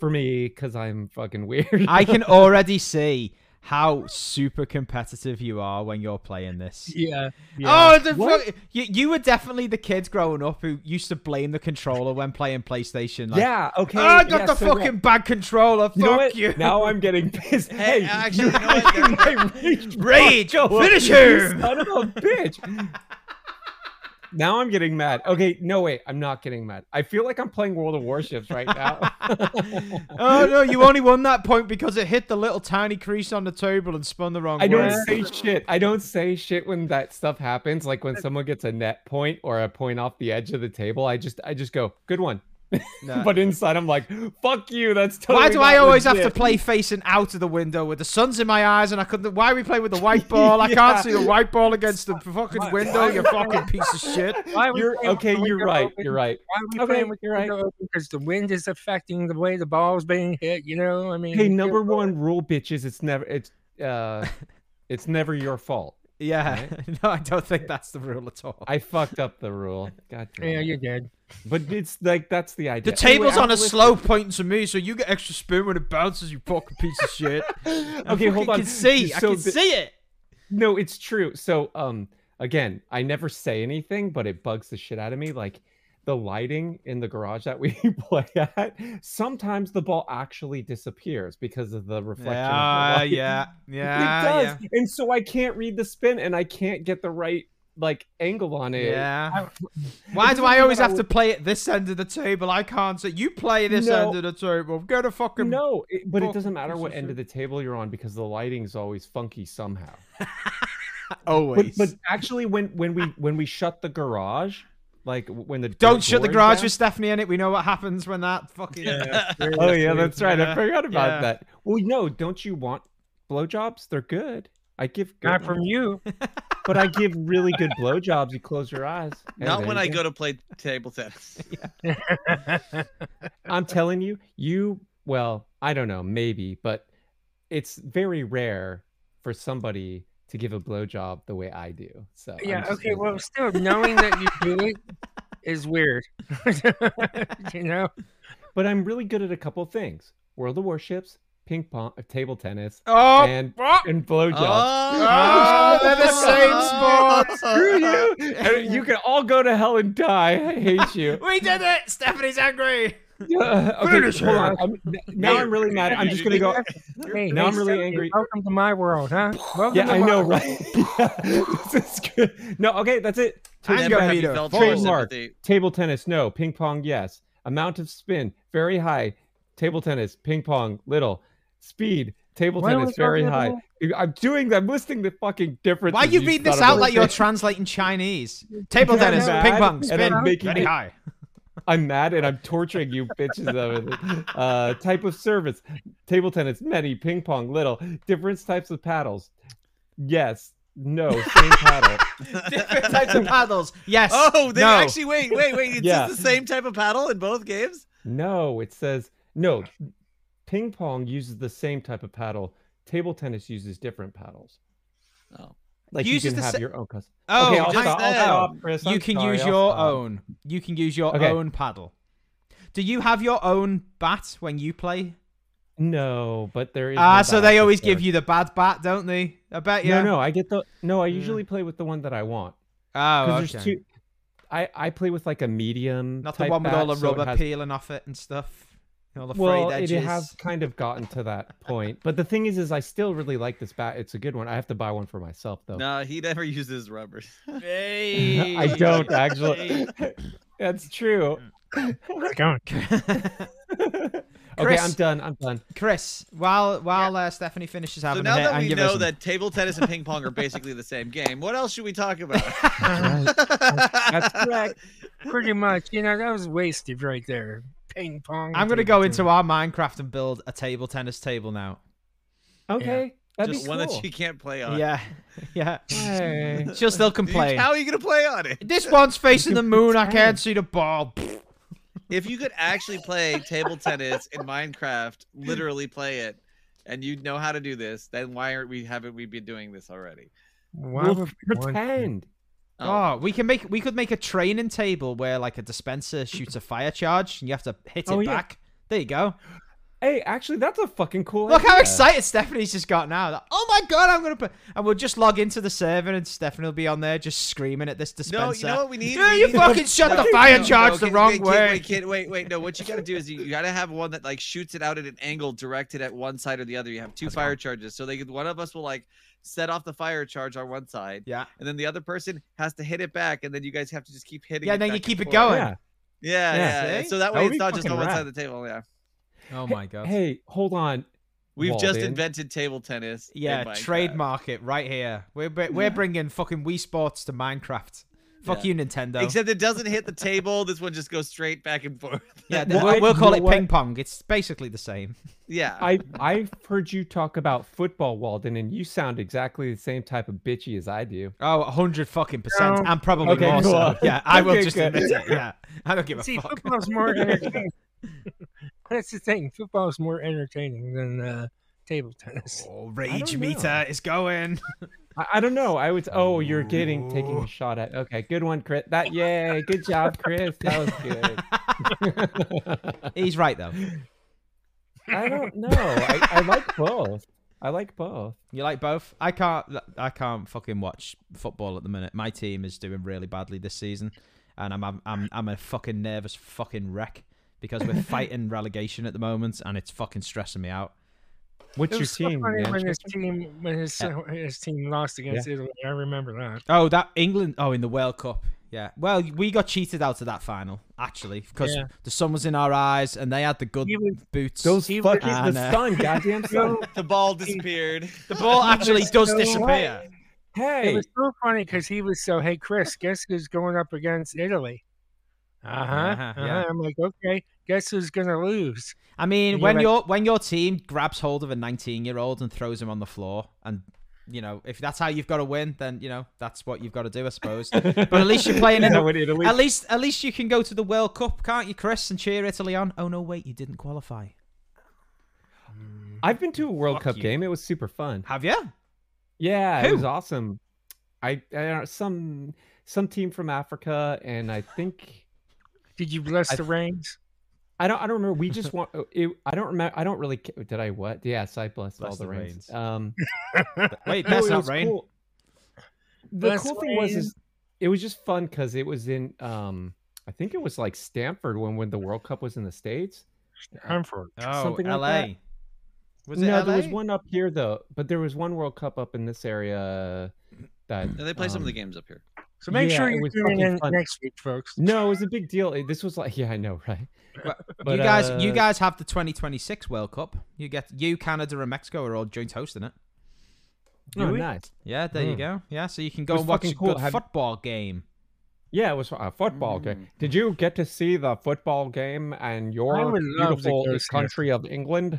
for me because I'm fucking weird. I can already see how super competitive you are when you're playing this. yeah. Oh, the What? fuck- you, you were definitely the kid growing up who used to blame the controller when playing PlayStation. Like, yeah. Okay. "Oh, I got yeah, the so what? fucking bad controller. Fuck You know what? you. Now I'm getting pissed. Hey, actually, you're you know what? making my rage Rage, go up, finish you him. Son of a bitch. now I'm getting mad. Okay, no wait, I'm not getting mad. I feel like I'm playing World of Warships right now. oh no, you only won that point because it hit the little tiny crease on the table and spun the wrong I don't way. say shit. I don't say shit when that stuff happens. Like when someone gets a net point or a point off the edge of the table, I just I just go, good one. Nah. But inside I'm like, fuck you, that's totally Why do I not always have legit." to play facing out of the window with the sun's in my eyes and I couldn't? Why are we playing with the white ball? I can't see the white ball against the fucking window. You fucking piece of shit. Why are we You're playing with okay, the you're window right. open? You're right. Why are we Okay, playing with the you're right. window open? Because the wind is affecting the way the ball is being hit. You know, I mean. Hey, you feel number bad. one rule, bitches. It's never it's uh, it's never your fault. Yeah, no, I don't think that's the rule at all. I fucked up the rule. God damn. Yeah, it. you did. But it's like that's the The idea. Anyway, table's I'm on a listening. slope pointing to me, so you get extra spin when it bounces, you fucking piece of shit. Okay, hold on. I can see. I So can the- see it. No, it's true. So um, again, I never say anything, but it bugs the shit out of me. Like the lighting in the garage that we play at. Sometimes the ball actually disappears because of the reflection. of the Yeah, light. yeah, yeah. it does, and so I can't read the spin, and I can't get the right like angle on Yeah. it. yeah. It Why doesn't do I mean always that I have to play at this end of the table? I can't say you play this No. end of the table. Go to fucking No, it, but it fuck doesn't matter piece what of end shit. of the table you're on because the lighting's always funky somehow. But, always. but actually, when when we when we shut the garage, like w- when the dirt don't shut the door is garage down- with Stephanie in it. We know what happens when that fucking. Oh yeah, that's right. Yeah, I forgot about yeah. that. Well, no, don't you want blowjobs? They're good. I give good, Not from ones, you. but I give really good blowjobs. You close your eyes. Hey, Not there when you I go to play table tennis. I'm telling you, you well, I don't know, maybe, but it's very rare for somebody to give a blowjob the way I do. So I'm yeah. just Okay. gonna- Well, still knowing that you do it is weird. you know. but I'm really good at a couple things: World of Warships, ping pong, uh, table tennis, Oh, and oh, and blowjobs. oh, they're the same Oh. sport. Screw you! And you can all go to hell and die. I hate you. We did it. Stephanie's angry. okay, hold on. I'm, n- now I'm really mad. I'm just gonna go. Hey, Now hey, I'm really Stephanie, angry. Welcome to my world, huh? Welcome Yeah, to I my know, world. right? Yeah, this is good. No, okay, that's it. I'm Never gonna have need you a felt full- more Trademark. sympathy. Table tennis, no. Ping pong, yes. Amount of spin, very high. Table tennis, ping pong, little. Speed, table Why are we tennis, very talking high. I'm doing. I'm listing the fucking differences. Why you read this son of out a like you're bitch. translating Chinese? Table I'm tennis, mad, ping pong, and spin, I'm making very it- high. I'm mad and I'm torturing you bitches over this. Uh, type of service, table tennis, many, ping pong, little, different types of paddles. Yes, no, same paddle. Different types of paddles. Yes. Oh, they no. actually wait, wait, wait. It's Yeah. just the same type of paddle in both games. No, it says no. Ping pong uses the same type of paddle. Table tennis uses different paddles. Oh. Like Uses you can the have sa- your own custom. Oh, okay, I'll just stop. I'll said. stop, Chris. you I'm can sorry, use I'll your stop. own. You can use your Okay. own paddle. Do you have your own bat when you play? No, but there is. Ah, no so balance they always give there. you the bad bat, don't they? I bet Oh, you. No, no, I get the. No, I usually play with the one that I want. Oh, Because okay. there's two. I I play with like a medium. Not the type one with all bat, the so it rubber has- peeling off it and stuff. and All the Well, frayed it edges. has kind of gotten to that point, but the thing is, is I still really like this bat. It's a good one. I have to buy one for myself though. No, he never uses rubbers. I don't actually. That's true. Where's it going? okay, Mm. Chris. I'm done. I'm done. Chris, while while uh, Stephanie finishes so having now a hit that and we give know us that table tennis and ping pong are basically the same game, what else should we talk about? That's correct. Pretty much, you know, that was wasted right there. Ping pong. I'm gonna table go tennis. into our Minecraft and build a table tennis table now. Okay, that'd Just be one cool. that you can't play on. Yeah, yeah. Hey. She'll still You- complain. How are you gonna play on it? This one's facing the moon. I pretend. can't see the ball. If you could actually play table tennis in Minecraft, literally play it, and you know how to do this, then why aren't we haven't we been doing this already? Why We'll would we want to? pretend. Oh. Oh, we can make we could make a training table where like a dispenser shoots a fire charge and you have to hit it Oh, yeah. back. There you go. Hey, actually, that's a fucking cool. Look how idea. excited Stephanie's just got now. Like, oh my god, I'm gonna put and we'll just log into the server and Stephanie will be on there just screaming at this No, dispenser. you know what we need? Yeah, We you need- fucking shut the No, fire no, charge no, the kid- wrong wait, kid, way. Wait, kid, wait, wait. No, what you gotta do is you, you gotta have one that like shoots it out at an angle directed at one side or the other. You have two fire charges, so they could one of us will like set off the fire charge on one side, Yeah. and then the other person has to hit it back, and then you guys have to just keep hitting. Yeah, it and then back you keep it forth. going. Yeah. Yeah, Yeah. yeah. See? So that That would way be it's not just on fucking one side rad. of the table. Yeah, Oh my god. Hey, hold on. we've just Walden. invented table tennis. in Yeah, Minecraft. trademark it right here. We're br- we're bringing fucking Wii Sports to Minecraft. Fuck you, Yeah. Nintendo. Except it doesn't hit the table. This one just goes straight back and forth. yeah, Well, I- we'll, we'll you call know it what? ping pong. It's basically the same. yeah. I I've heard you talk about football, Walden, and you sound exactly the same type of bitchy as I do. Oh, a hundred fucking percent. No. I'm probably Okay, more so. cool. Yeah, I will Okay, just good. admit it. Yeah, I don't give a See, fuck. football's more entertaining. That's the thing. Football's more entertaining than uh, table tennis. Oh, rage don't meter know. is going. I, I don't know. I would. Oh, you're getting taking Ooh. a shot at. Okay, good one, Chris. That yay, good job, Chris. That was good. He's right though. I don't know. I, I like both. I like both. You like both? I can't. I can't fucking watch football at the minute. My team is doing really badly this season, and I'm I'm I'm, I'm a fucking nervous fucking wreck because we're fighting relegation at the moment, and it's fucking stressing me out. What's It your was so team, funny man? when his team when his, his team lost against Italy. I remember that. Oh, that England! Oh, in the World Cup. Yeah. Well, we got cheated out of that final actually because Yeah. the sun was in our eyes and they had the good He was- boots. Those He was- fucking the and, uh, sun, goddamn sun. the ball disappeared. the ball actually does so disappear. It Hey, was so funny because he was so, hey, Chris, guess who's going up against Italy? Uh huh. Uh-huh, yeah. I'm like, okay, guess who's going to lose? I mean, You're when right. your when your team grabs hold of a 19 year old and throws him on the floor, and you know if that's how you've got to win, then you know that's what you've got to do, I suppose. but at least you're playing in. Is that The, what Italy? at least at least you can go to the World Cup, can't you, Chris, and cheer Italy on? Oh no, wait, you didn't qualify. I've been to a World Cup you. game. It was super fun. Have you? Yeah, it Who? was awesome. I, I don't know, some some team from Africa, and I think Did you bless I- the rains? I don't I don't remember. We just want it, I don't remember. I don't really. ca- Did I what? Yes, I blessed all Bless the, the rains. rains. Um, Wait, no, that's it not was rain. cool. The Bless cool the thing was rain. is it was just fun because it was in um I think it was like Stanford when when the World Cup was in the states. Hanford. Oh, Something LA. like that? Was it no, LA? there was one up here though, but there was one World Cup up in this area that Yeah, they play some of the um, games up here. So make Yeah, sure it you're was tuning fucking in fun. next week, folks. No, it was a big deal. It- This was like, yeah, I know, right? But, you guys, uh, you guys have the 2026 World Cup. You get you, Canada, and Mexico are all joint hosting it. oh, we? nice. Yeah, there you Mm. go. Yeah, so you can go was and watch a fucking cool. good Have- football game. Yeah, it was a football game. Did you get to see the football game and your would love to beautiful go see it. country of England?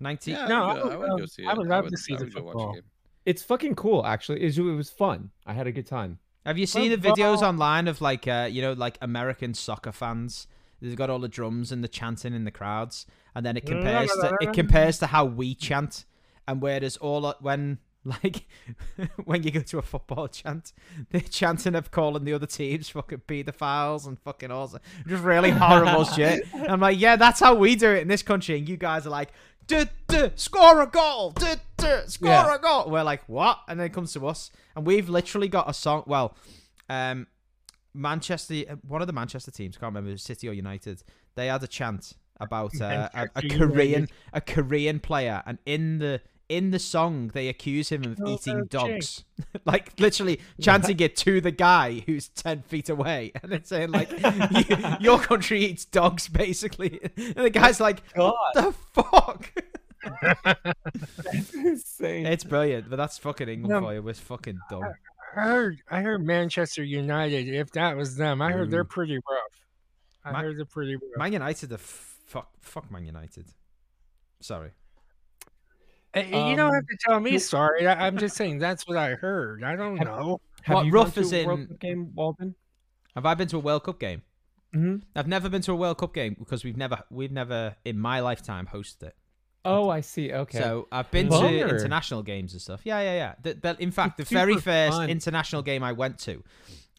19. Yeah, No, I, would go, I I would would love- go see it. I would love to see I the would go watch a football. game. It's fucking cool, actually. It was, it was fun. I had a good time. Have you seen the videos online of like uh, you know like American soccer fans? They've got all the drums and the chanting in the crowds, and then it compares to it compares to how we chant, and where there's all when like when you go to a football chant, they're chanting of calling the other teams fucking pedophiles and fucking all s- just really horrible shit. And I'm like, yeah, that's how we do it in this country, and you guys are like. Duh, duh, score a goal! Duh, duh, score Yeah. a goal! We're like, what? And then it comes to us, and we've literally got a song. Well, um, Manchester, uh, one of the Manchester teams, can't remember, if it was City or United. They had a chant about uh, a, a Manchester Korean, United. a Korean player, and in the in the song they accuse him of Oh, eating no, dogs, like literally chanting it to the guy who's ten feet away, and they're saying like, "Y- "Your country eats dogs," basically, and the guy's like, God, "The fuck." insane. It's brilliant, but that's fucking England No. for you. We're fucking dumb. I heard I heard Manchester United, if that was them, I heard they're pretty rough. I Ma- heard they're pretty rough. Man United, the fuck, fuck Man United. Sorry. Uh, you don't have Um, to tell me sorry. I, I'm just saying that's what I heard. I don't Have- know. Have What, you gone rough to is a World in- Cup game, Walden? Have I been to a World Cup game? Mm-hmm. I've never been to a World Cup game because we've never we've never in my lifetime hosted it. Oh, I see. Okay. So I've been Bummer. to international games and stuff. Yeah, yeah, yeah. Th- th- in fact, the It's very super first fun. international game I went to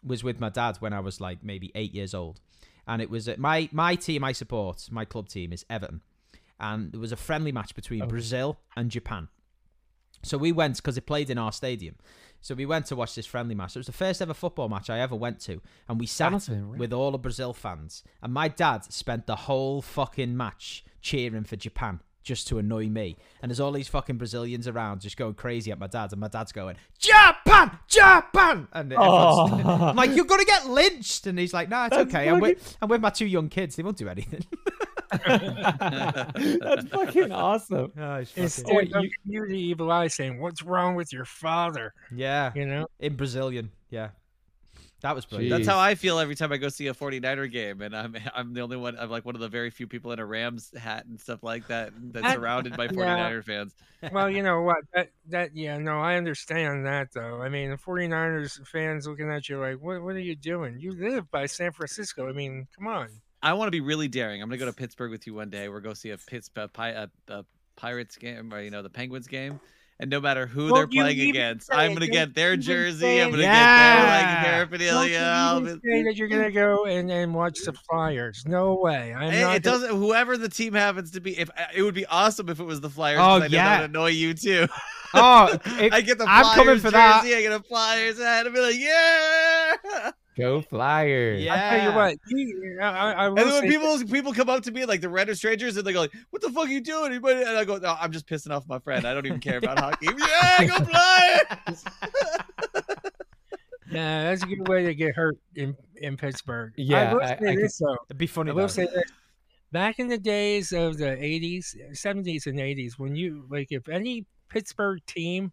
was with my dad when I was like maybe eight years old, and it was at my my team I support, my club team is Everton, and there was a friendly match between Oh. Brazil and Japan. So we went because it played in our stadium. So we went to watch this friendly match. It was the first ever football match I ever went to, and we sat must have been rad. with all the Brazil fans. And my dad spent the whole fucking match cheering for Japan just to annoy me. And there's all these fucking Brazilians around just going crazy at my dad, and my dad's going Japan, Japan, and everyone's- Oh. I'm like you're gonna get lynched, and he's like, "No, it's That's okay. I'm with, I'm with my two young kids. They won't do anything." That's fucking awesome. Instead Oh, wait, of you- you the evil eye saying, What's wrong with your father? yeah, You know? in Brazilian, yeah, that was brilliant. Jeez. That's how I feel every time I go see a 49er game, and I'm I'm the only one. I'm like one of the very few people in a Rams hat and stuff like that that's surrounded by 49er fans. well, you know what? That that yeah, no, I understand that though. I mean, the 49ers fans looking at you like, "What what are you doing? You live by San Francisco. I mean, come on." I want to be really daring. I'm gonna go to Pittsburgh with you one day. We're gonna see a Pittsburgh Pi- a, a Pirates game, or you know, the Penguins game. And no matter who Don't they're you playing even against, say it. I'm gonna Don't get their even jersey. say I'm it. gonna Yeah. get their like Don't you paraphernalia. I'll even be- say that you're gonna go and, and watch the Flyers. No way. I'm It, not it gonna- doesn't. Whoever the team happens to be, if uh, it would be awesome if it was the Flyers. Oh, 'cause I know yeah. that would annoy you too. oh, it- I get the I'm Flyers coming for jersey. that. I get a Flyers hat. I'd be like, yeah. Go Flyers. yeah. I tell you what, you- I, I- I will And then say when people people come up to me like the Reddit strangers and they go like, "What the fuck are you doing?" Anybody? And I go, "No, I'm just pissing off my friend. I don't even care about hockey." Yeah, go Flyers. Yeah, that's a good way to get hurt in, in Pittsburgh. I Yeah, will I- say I could- this though. It'd be funny. I will though. say this. Back in the days of the eighties, seventies and eighties, when you like if any Pittsburgh team,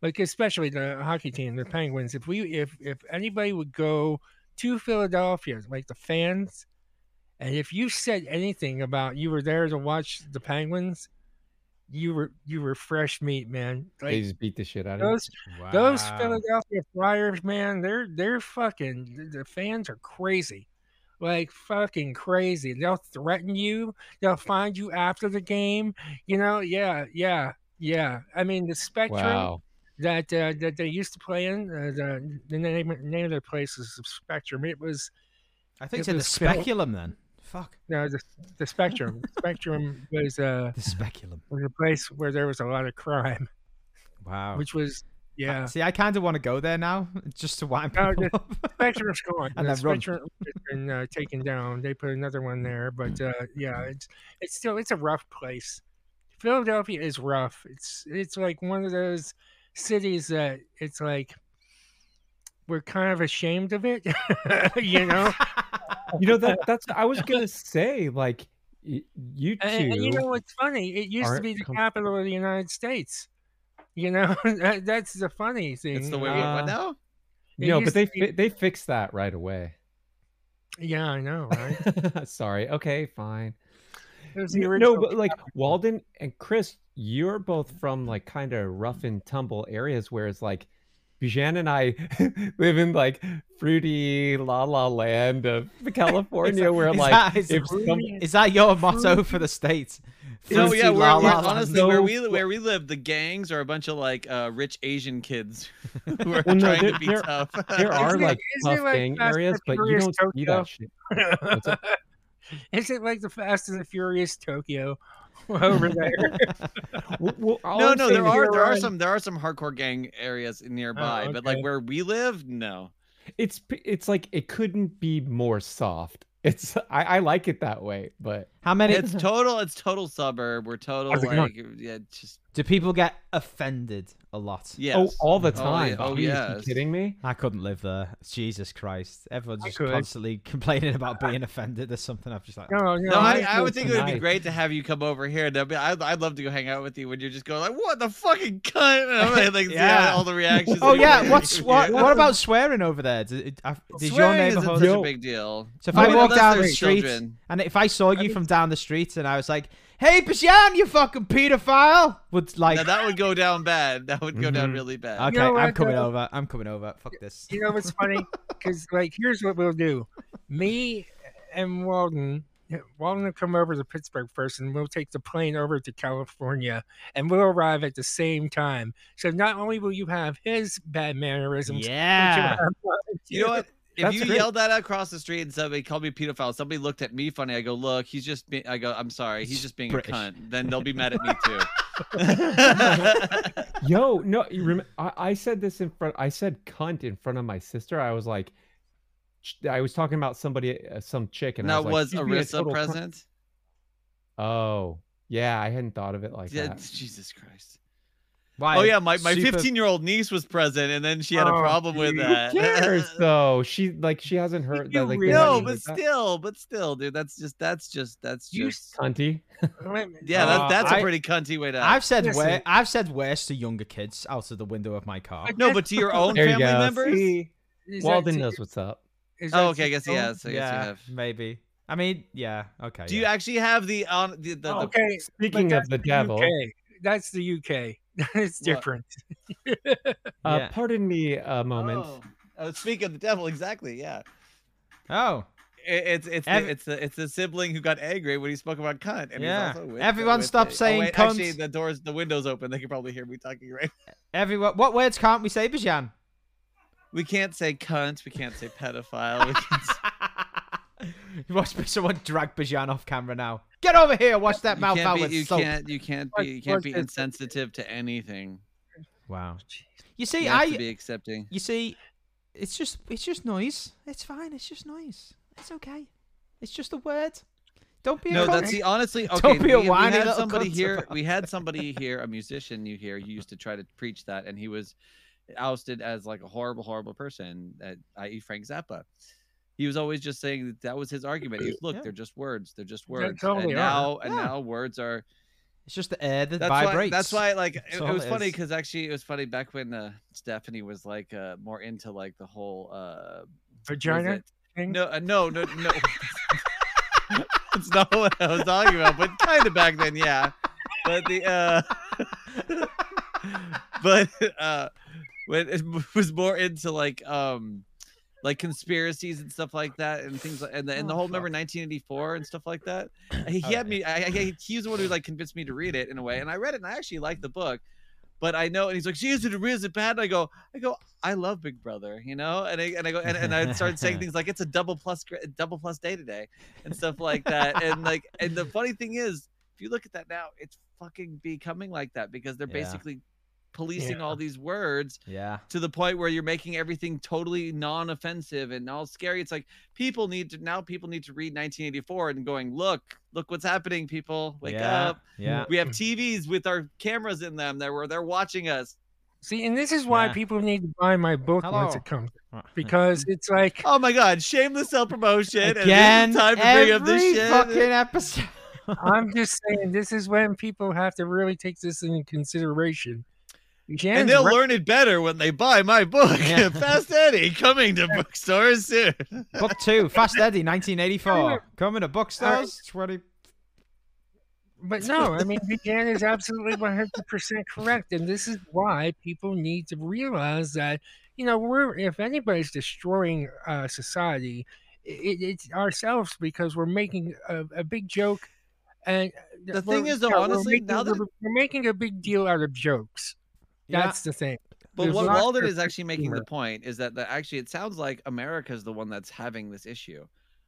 like especially the hockey team, the Penguins, if we if if anybody would go to Philadelphia, like the fans, and if you said anything about you were there to watch the Penguins, you were you were fresh meat, man. They Like just beat the shit out of those those Uh-huh. Wow. Philadelphia Flyers, man, they're they're fucking the- the fans are crazy. Like fucking crazy. They'll threaten you. They'll find you after the game. You know, yeah, yeah, yeah. I mean, the you. spectrum Wow. that uh, that they used to play in uh, the the name name of their place is the Spectrum. It was I think It it's in the was Phil- speculum then. Fuck no the, the Spectrum. spectrum was uh the speculum. was a place where there was a lot of crime, Wow. which was Yeah. See, I kind of want to go there now just to wind No, people just- up. Spectrum's gone. And The I've run. Spectrum has been uh, taken down. They put another one there, but uh, yeah, it's it's still it's a rough place. Philadelphia is rough. It's it's like one of those cities that it's like we're kind of ashamed of it, you know. you know that that's I was gonna say like y- you two. And, and you know what's funny? It used to aren't be the com- capital of the United States. You know, that, that's the funny thing. It's the way we Uh, what now? it no, used but to they be- fi- they fixed that right away. Yeah, I know, right? Sorry. Okay, fine. It was the N- No, original but like Walden and Chris, you're both from like kind of rough and tumble areas, whereas like Bijan and I live in like fruity la la land of California, where Is like that- is- if some, Is that your motto for the states? No, Fruity yeah, we're, la we're- la la. honestly No. where we where we live, the gangs are a bunch of like uh, rich Asian kids who are Well, no, trying there- to be there- tough. there are Isn't it- like isn't it tough like gang Fast and areas, but you Furious don't see Tokyo? that shit. What's up? Is it like the Fast and the Furious Tokyo over there? Well, well, all no, I'm no, there saying is- are there are some there are some hardcore gang areas nearby, but like okay. where we live, no. It's p- it's like it couldn't be more soft. It's I, I like it that way, but How many It's total. It's total suburb. We're total How's it going? like yeah, just do people get offended a lot? yes. oh, all the Oh, yeah. time. Oh, Jeez, you yes. kidding me? I couldn't live there. Jesus Christ! Everyone's I just could. constantly complaining about being offended or something. I'm just like, No, no, No, I, I, I would think it would be Nice. great to have you come over here. That'd be, I'd, I'd love to go hang out with you when you're just going like, "What the fucking cunt?" And I'm like, like, see how Yeah. all the reactions. oh that you yeah, get. what's what? Yeah. What about swearing over there? Did, I- did your Swearing isn't neighborhood? such a Yo. big deal. So if I I, mean, walked unless down the there's street children. and if I saw you from down the street and I was like, "Hey, Bashan, you fucking pedophile," would like, Mm-hmm. Now that would go down bad. That would go down Mhm. really bad. okay, know I'm what, coming though? over. I'm coming over. Fuck this. you know what's funny? Because like, here's what we'll do: me and Walden, Walden will come over to Pittsburgh first, and we'll take the plane over to California, and we'll arrive at the same time. So not only will you have his bad mannerisms, but you'll Yeah. have mine You know what? If That's you great. yelled that across the street and somebody called me pedophile, somebody looked at me funny. I go, look, he's just. Be-, I go, I'm sorry, he's just being British. a cunt. Then they'll be mad at me too. Yo, no, you rem- I, I said this in front. I said cunt in front of my sister. I was like, sh- I was talking about somebody, uh, some chick, and I now was was, like, "She's Arissa being a total cunt." present? Oh, yeah, I hadn't thought of it like Yeah, that. Jesus Christ. Why? Oh yeah, my my super- 15 year old niece was present, and then she had a Oh, problem with dude. that. Who cares though? She like she hasn't heard you that. Like, they really- no, haven't but heard that. still, but still, dude, that's just that's just that's You just cunty. mine. yeah, that's Uh, that's a I- pretty cunty way to. I've act. said Listen. where I've said worse to younger kids out of the window of my car. I- no, but to your own There you family go. members. See? Is that Walden t- knows what's up. is that Oh, okay, I guess typical? yes. I guess you yeah, have. maybe. I mean, yeah, okay. Do you yeah. actually have the on the, the, Oh, the Okay, Speaking that's of the devil, UK. That's the UK. It's What? different. uh, Yeah. pardon me a moment. Oh. Uh, speak of the devil, exactly. Yeah, Oh, It- it's it's Ev- the, it's the, it's the sibling who got angry when he spoke about cunt. And he's Yeah. also with- Everyone with stop it. saying oh, wait, Actually, cunt. the doors, the windows open. They can probably hear me talking right. everyone, what words can't we say, Bijan? We can't say cunt. We can't say pedophile. We can't say, Watch someone drag Bijan off camera now. Get over here. Watch that you mouth out can't with be, you soap. can't you can't be What- you can't what be is it? insensitive to anything. Wow. You see, Oh, You I have to be accepting. You see, it's just it's just noise. It's fine. It's just noise. It's okay. It's just a word. Don't be a No, cunt. that's the honestly. Okay, Don't be a we, we whiny had little somebody cunt here. about We had somebody here, a musician you hear, who used to try to preach that, and he was ousted as like a horrible, horrible person. That, i.e., Frank Zappa. He was always just saying that, that was his argument. He was, look, Yeah. they're just words. They're just words. totally and are. now, and Yeah. now words are It's just the air that that's vibrates. Why, that's why, like, it, That's it all was it funny is. because actually, it was funny back when uh, Stephanie was like uh, more into like the whole uh, what is Vagina it? thing? No, uh, no, no, no. That's not what I was talking about, but kind of back then, yeah. But the uh, but uh, when it was more into like um. Like conspiracies and stuff like that, and things like, and the, and the Oh, whole fuck. remember 1984 and stuff like that he he Oh, had me. I, I, I- he was the one who like convinced me to read it in a way, and I read it, and I actually liked the book. But I know, and he's like, "She is it real? Is it bad?" And I go, "I go, I love Big Brother," you know. And I and I go and, and I started saying things like, "It's a double plus gra- double plus day today," and stuff like that. And like, and the funny thing is, if you look at that now, it's fucking becoming like that because they're Yeah. basically policing all these words Yeah. to the point where you're making everything totally non-offensive and all scary. It's like people need to now people need to read 1984 and going, look, look what's happening, people. Wake yeah. up. Yeah. We have TVs with our cameras in them that were they're watching us. See, and this is why Yeah. people need to buy my book once Hello. it comes because it's like Oh my god, shameless self-promotion. and this is Again, time to bring up this every shit. fucking episode. I'm just saying this is when people have to really take this into consideration. and Jan's they'll right. learn it better when they buy my book, Yeah. Fast Eddie, coming to bookstores soon. Book two, Fast Eddie, 1984. Coming to bookstores. 20. But no, I mean, Jan is absolutely 100% correct. And this is why people need to realize that, you know, we're, if anybody's destroying uh, society, i- it, it's ourselves because we're making a, a big joke. And uh, The we're- thing is, though, yeah, we're honestly, making- now that- we're, we're making a big deal out of jokes. That's the thing. But There's what lots Walden of is actually making the humor. point is that, that actually it sounds like America's the one that's having this issue.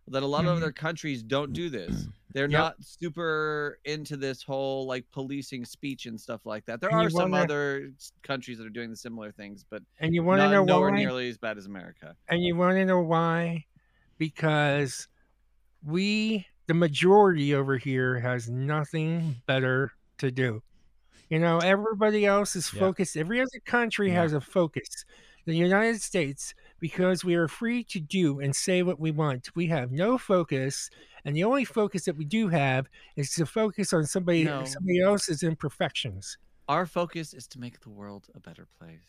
That a lot of other countries don't do this. They're Mm-hmm. Yep. not super into this whole like policing speech and stuff like that. There And you are some wonder- other s- countries that are doing the similar things, but And you want to not, know nowhere why? nearly as bad as America. And you want to know why? Because we, the majority over here, has nothing better to do. You know, everybody else is Yeah. focused. Every other country Yeah. has a focus. The United States, because we are free to do and say what we want, we have no focus. And the only focus that we do have is to focus on somebody No. somebody else's imperfections. Our focus is to make the world a better place.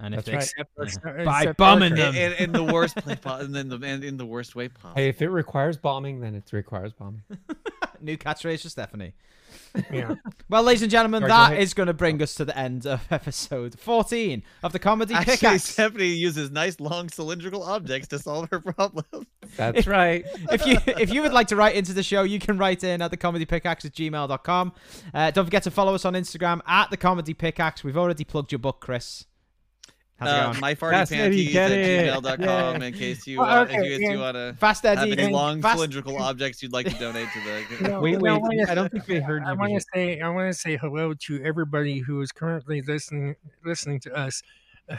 And if uh, That's right. it's Except- By except bumming Erica. them. And, and, and the worst play po- and then the and in the worst way possible. Hey, if it requires bombing, then it requires bombing. new catchphrase for Stephanie. Yeah. Well, ladies and gentlemen, Sorry, go that ahead. is going to bring us to the end of episode 14 of the Comedy Actually, Pickaxe. Stephanie uses nice long cylindrical objects to solve her problem. That's right. if you if you would like to write into the show, you can write in at thecomedypickaxe at gmail.com. Uh, don't forget to follow us on Instagram at the comedy pickaxe. We've already plugged your book, Chris. How's it Uh, going? my farty That's Eddie, panties get at it. gmail.com in case you Well, uh, okay, if you, if you yeah. want to Fast have Eddie. any long Fast- cylindrical objects you'd like to donate to the No, Wait, no, wait. wait a I don't think they heard I you. want to Vijay. say I want to say hello to everybody who is currently listening listening to us,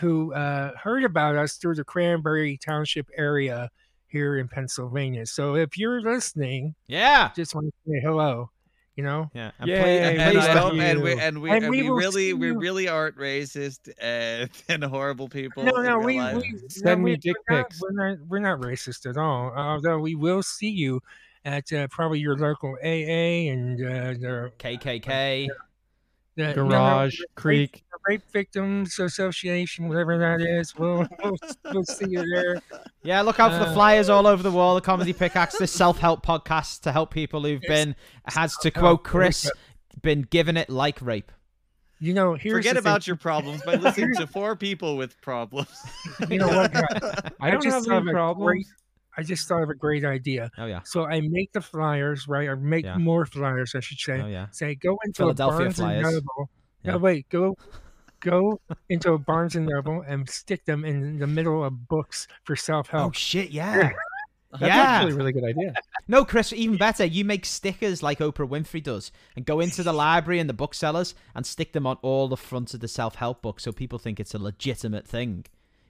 who uh, heard about us through the Cranberry Township area here in Pennsylvania. So if you're listening, Yeah. just want to say hello. You know, Yeah. And Yay, please- Hey, and, and we please I don't. love hope- and we you. and we, And and we we will really see we you. really aren't racist and, and horrible people. no, in no, real we, life. we Send no, me we- dick we're not- pics. We're not, we're not racist at all. Although we will see you at uh, probably your local AA and uh, the, KKK. the you know, Garage, Creek. the Rape Victims Association, whatever that is. We'll, we'll, we'll see you there. Yeah, look out for the Uh, flyers all over the wall. The Comedy Pickaxe, this self-help podcast to help people who've been, has to quote Chris, been given it like rape. You know, here's Forget the thing. about your problems by listening to four people with problems. You know what? guys? I don't just have thought of any a problems. great- I just thought of a great idea. Oh yeah. So I make the flyers, right? Or make Yeah. more flyers, I should say. Oh yeah. Say go into a Philadelphia Barnes flyers. and Noble. Yeah. No, wait, go go into a Barnes and Noble and stick them in the middle of books for self Oh help. shit, yeah. That's yeah. actually a really good idea. No, Chris, even better, you make stickers like Oprah Winfrey does and go into the library and the booksellers and stick them on all the front of the self help book so people think it's a legitimate thing.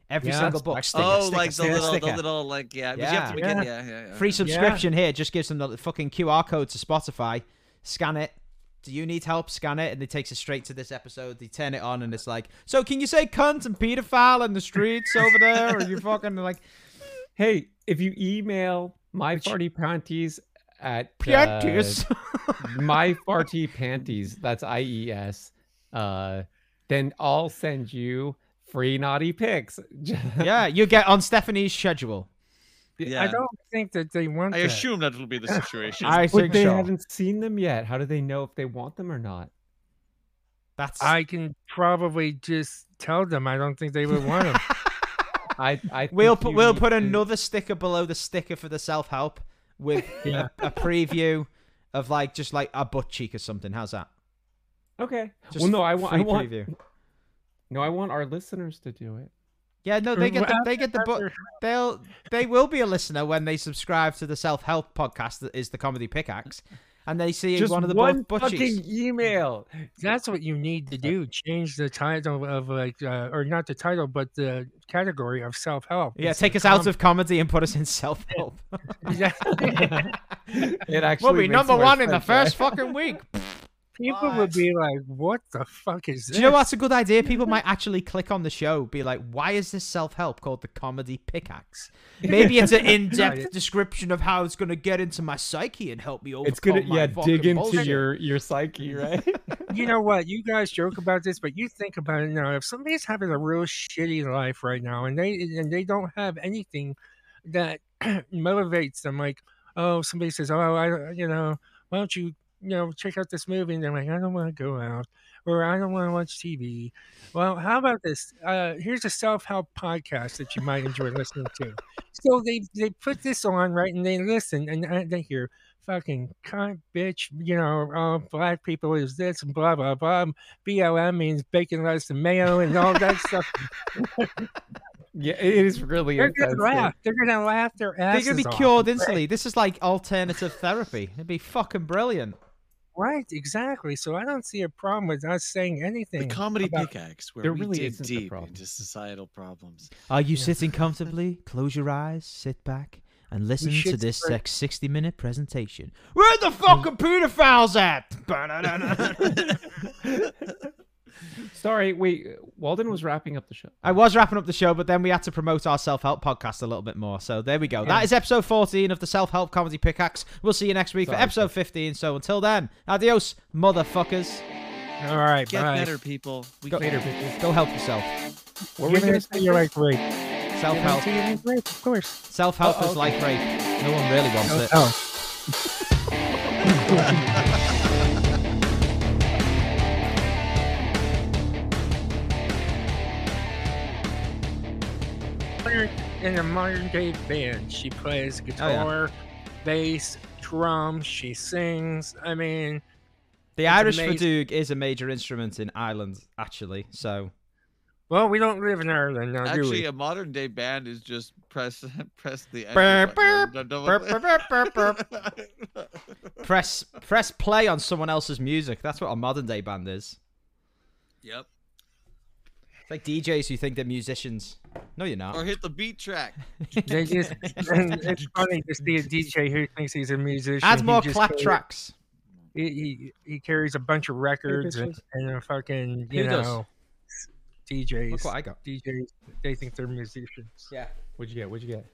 Every Yeah. single book. Sticker, oh, sticker, like the sticker, little, sticker. the little, like yeah, but you have to Yeah. begin- yeah, yeah, yeah. Free subscription here just gives them the fucking QR code to Spotify. Scan it. Do you need help? Scan it. And it takes us straight to this episode. They turn it on and it's like, so can you say cunt and pedophile in the streets over there? Or you fucking like, Hey, if you email my farty panties at uh, panties. my farty panties that's ies uh then i'll send you free naughty pics yeah, you get on Stephanie's schedule. I Oh, Yeah. don't think that they want I that. assume that will be the situation. I but think they so. haven't seen them yet how do they know if they want them or not That's I can probably just tell them I don't think they would want them. i i We'll think put you we'll need put to- another sticker below the sticker for the self help with Yeah. a, a preview of like just like a butt cheek or something. How's that? okay Just well no i want i free want preview. no i want our listeners to do it Yeah, no, they get the, Well, they get the after- book. They'll they will be a listener when they subscribe to the self help podcast that is the Comedy Pickaxe, and they see Just one of the one bu- butchies. fucking email. That's what you need to do. Change the title of like, uh, or not the title, but the category of self help. Yeah, take us out of comedy and put us in self help. It actually We'll be makes number more one in the sense, right? first fucking week. People would be like, "What the fuck is this?" Do you know what's a good idea? People might actually click on the show, be like, "Why is this self-help called the comedy pickaxe?" Maybe it's an in-depth description of how it's gonna get into my psyche and help me overcome. It's gonna Oh my yeah fucking dig into bullshit. your your psyche, right? you know what? You guys joke about this, but you think about it now. If somebody's having a real shitty life right now, and they and they don't have anything that motivates them, like oh, somebody says, oh, I, you know, why don't you, you know, check out this movie? And they're like, I don't want to go out, or I don't want to watch TV. Well, how about this? Uh, here's a self-help podcast that you might enjoy listening to. So they they put this on right, and they listen, and uh, they hear fucking cunt, bitch, you know, oh, black people is this and blah, blah, blah. BLM means bacon, lettuce, and mayo and all that stuff. yeah, it is really They're going offensive. to laugh. They're going to laugh their They're asses gonna be off. cured instantly. This is like alternative therapy. It'd be fucking brilliant. Right, exactly. So I don't see a problem with us saying The anything. comedy about- pickaxe, where There we really dig isn't a deep problem. into societal problems. Are you Yeah. sitting comfortably? Close your eyes, sit back, and listen to should this start- next 60 minute presentation. Where the fucking pedophiles at? Sorry, wait. Walden was wrapping up the show. I was wrapping up the show, but then we had to promote our self help podcast a little bit more. So there we go. That is episode 14 of the Self Help Comedy Pickaxe. We'll see you next week for Sorry, episode 15. So until then, adios, motherfuckers. All right, Get bye. better, people. We Go, can go help yourself. What Give were we it gonna to say? your like rape. Self Give it to help. your like rape, of course. Self help is Oh, okay. like rape. No one really wants it. Oh. In a modern day band, she plays Oh, guitar, bass, drums, she sings. I mean, The It's Irish amazing. fadug is a major instrument in Ireland, actually. So well, we don't live in Ireland now, do Actually, we? uh, a modern day band is just press press the Burr, enter burr, button. Don't- don't- burp, burp, burp, burp, burp. press press play on someone else's music. That's what a modern day band is. yep. It's like DJs who think they're musicians. No, you're Oh, not. Or hit the beat track. They just, and it's funny to see a DJ who thinks he's a musician. Add He more just clap goes- tracks. he, he he carries a bunch of records and, and a fucking you Who does? know DJs. Look what I got. DJs they think they're musicians. Yeah. What'd you get? What'd you get?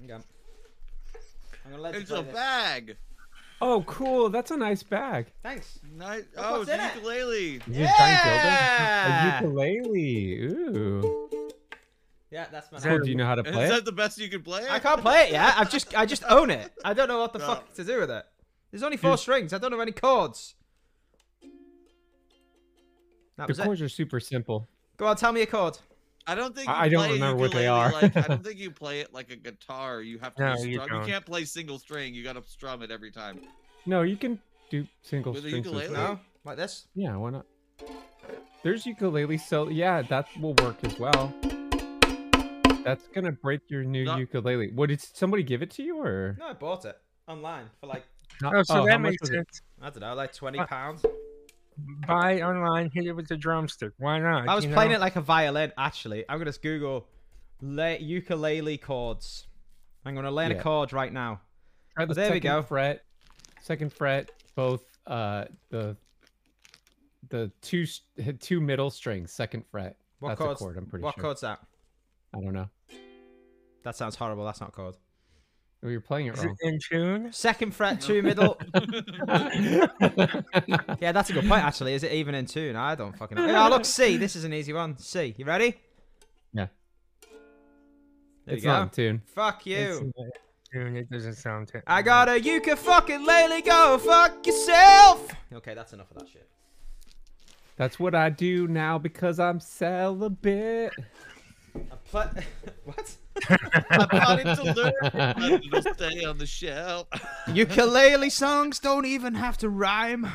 I'm gonna let It's a bag. Oh, cool. That's a nice bag. Thanks. Nice. Oh, what's it's a in it. ukulele. Is it a giant Yeah! dildo? A ukulele. Ooh. Yeah, that's my. Is Cool. that- Do you know how to play Is it? that the best you could play? it? I can't play it yet. I've just I just own it. I don't know what the No. fuck to do with it. There's only four strings. I don't know any chords. That The was it. chords are super simple. Go on, tell me a chord. I don't think. You I- I don't play a remember what they ukulele are. like, I don't think you play it like a guitar. You have to No, be you strum. You, don't. can't play single string. You got to strum it every time. No, you can do single With a strings. as ukulele? well. No, like this. Yeah, why not? There's ukulele, so yeah, that will work as well. That's gonna break your new No. ukulele. What did somebody give it to you or? No, I bought it online for like Not- Oh, so how that much makes was it? sense. I don't know, like twenty Uh, pounds. Buy online, hit it with the drumstick. Why not? I was playing it like a violin. Actually, I'm gonna just Google le- ukulele chords. I'm gonna learn Yeah. a chord right now. Try the there we second go. Fret, second fret, both uh the the two s- two middle strings, second fret. What That's chords? a chord. I'm pretty what sure. chord's that? I don't know. That sounds horrible. That's not a chord. Oh, You're playing it Is it wrong. in tune? Second fret, two middle. yeah, that's a good point. Actually, is it even in tune? I don't fucking know. Oh, look, C. This is an easy one. C. You ready? Yeah. There it's you go. not in tune. Fuck you. It's not in tune. It doesn't sound. T- I got a you can fucking lady go fuck yourself. Okay, that's enough of that shit. That's what I do now because I'm celibate. I'm pla- what? I bought it to learn. It'll stay on the shelf. Ukulele songs don't even have to rhyme.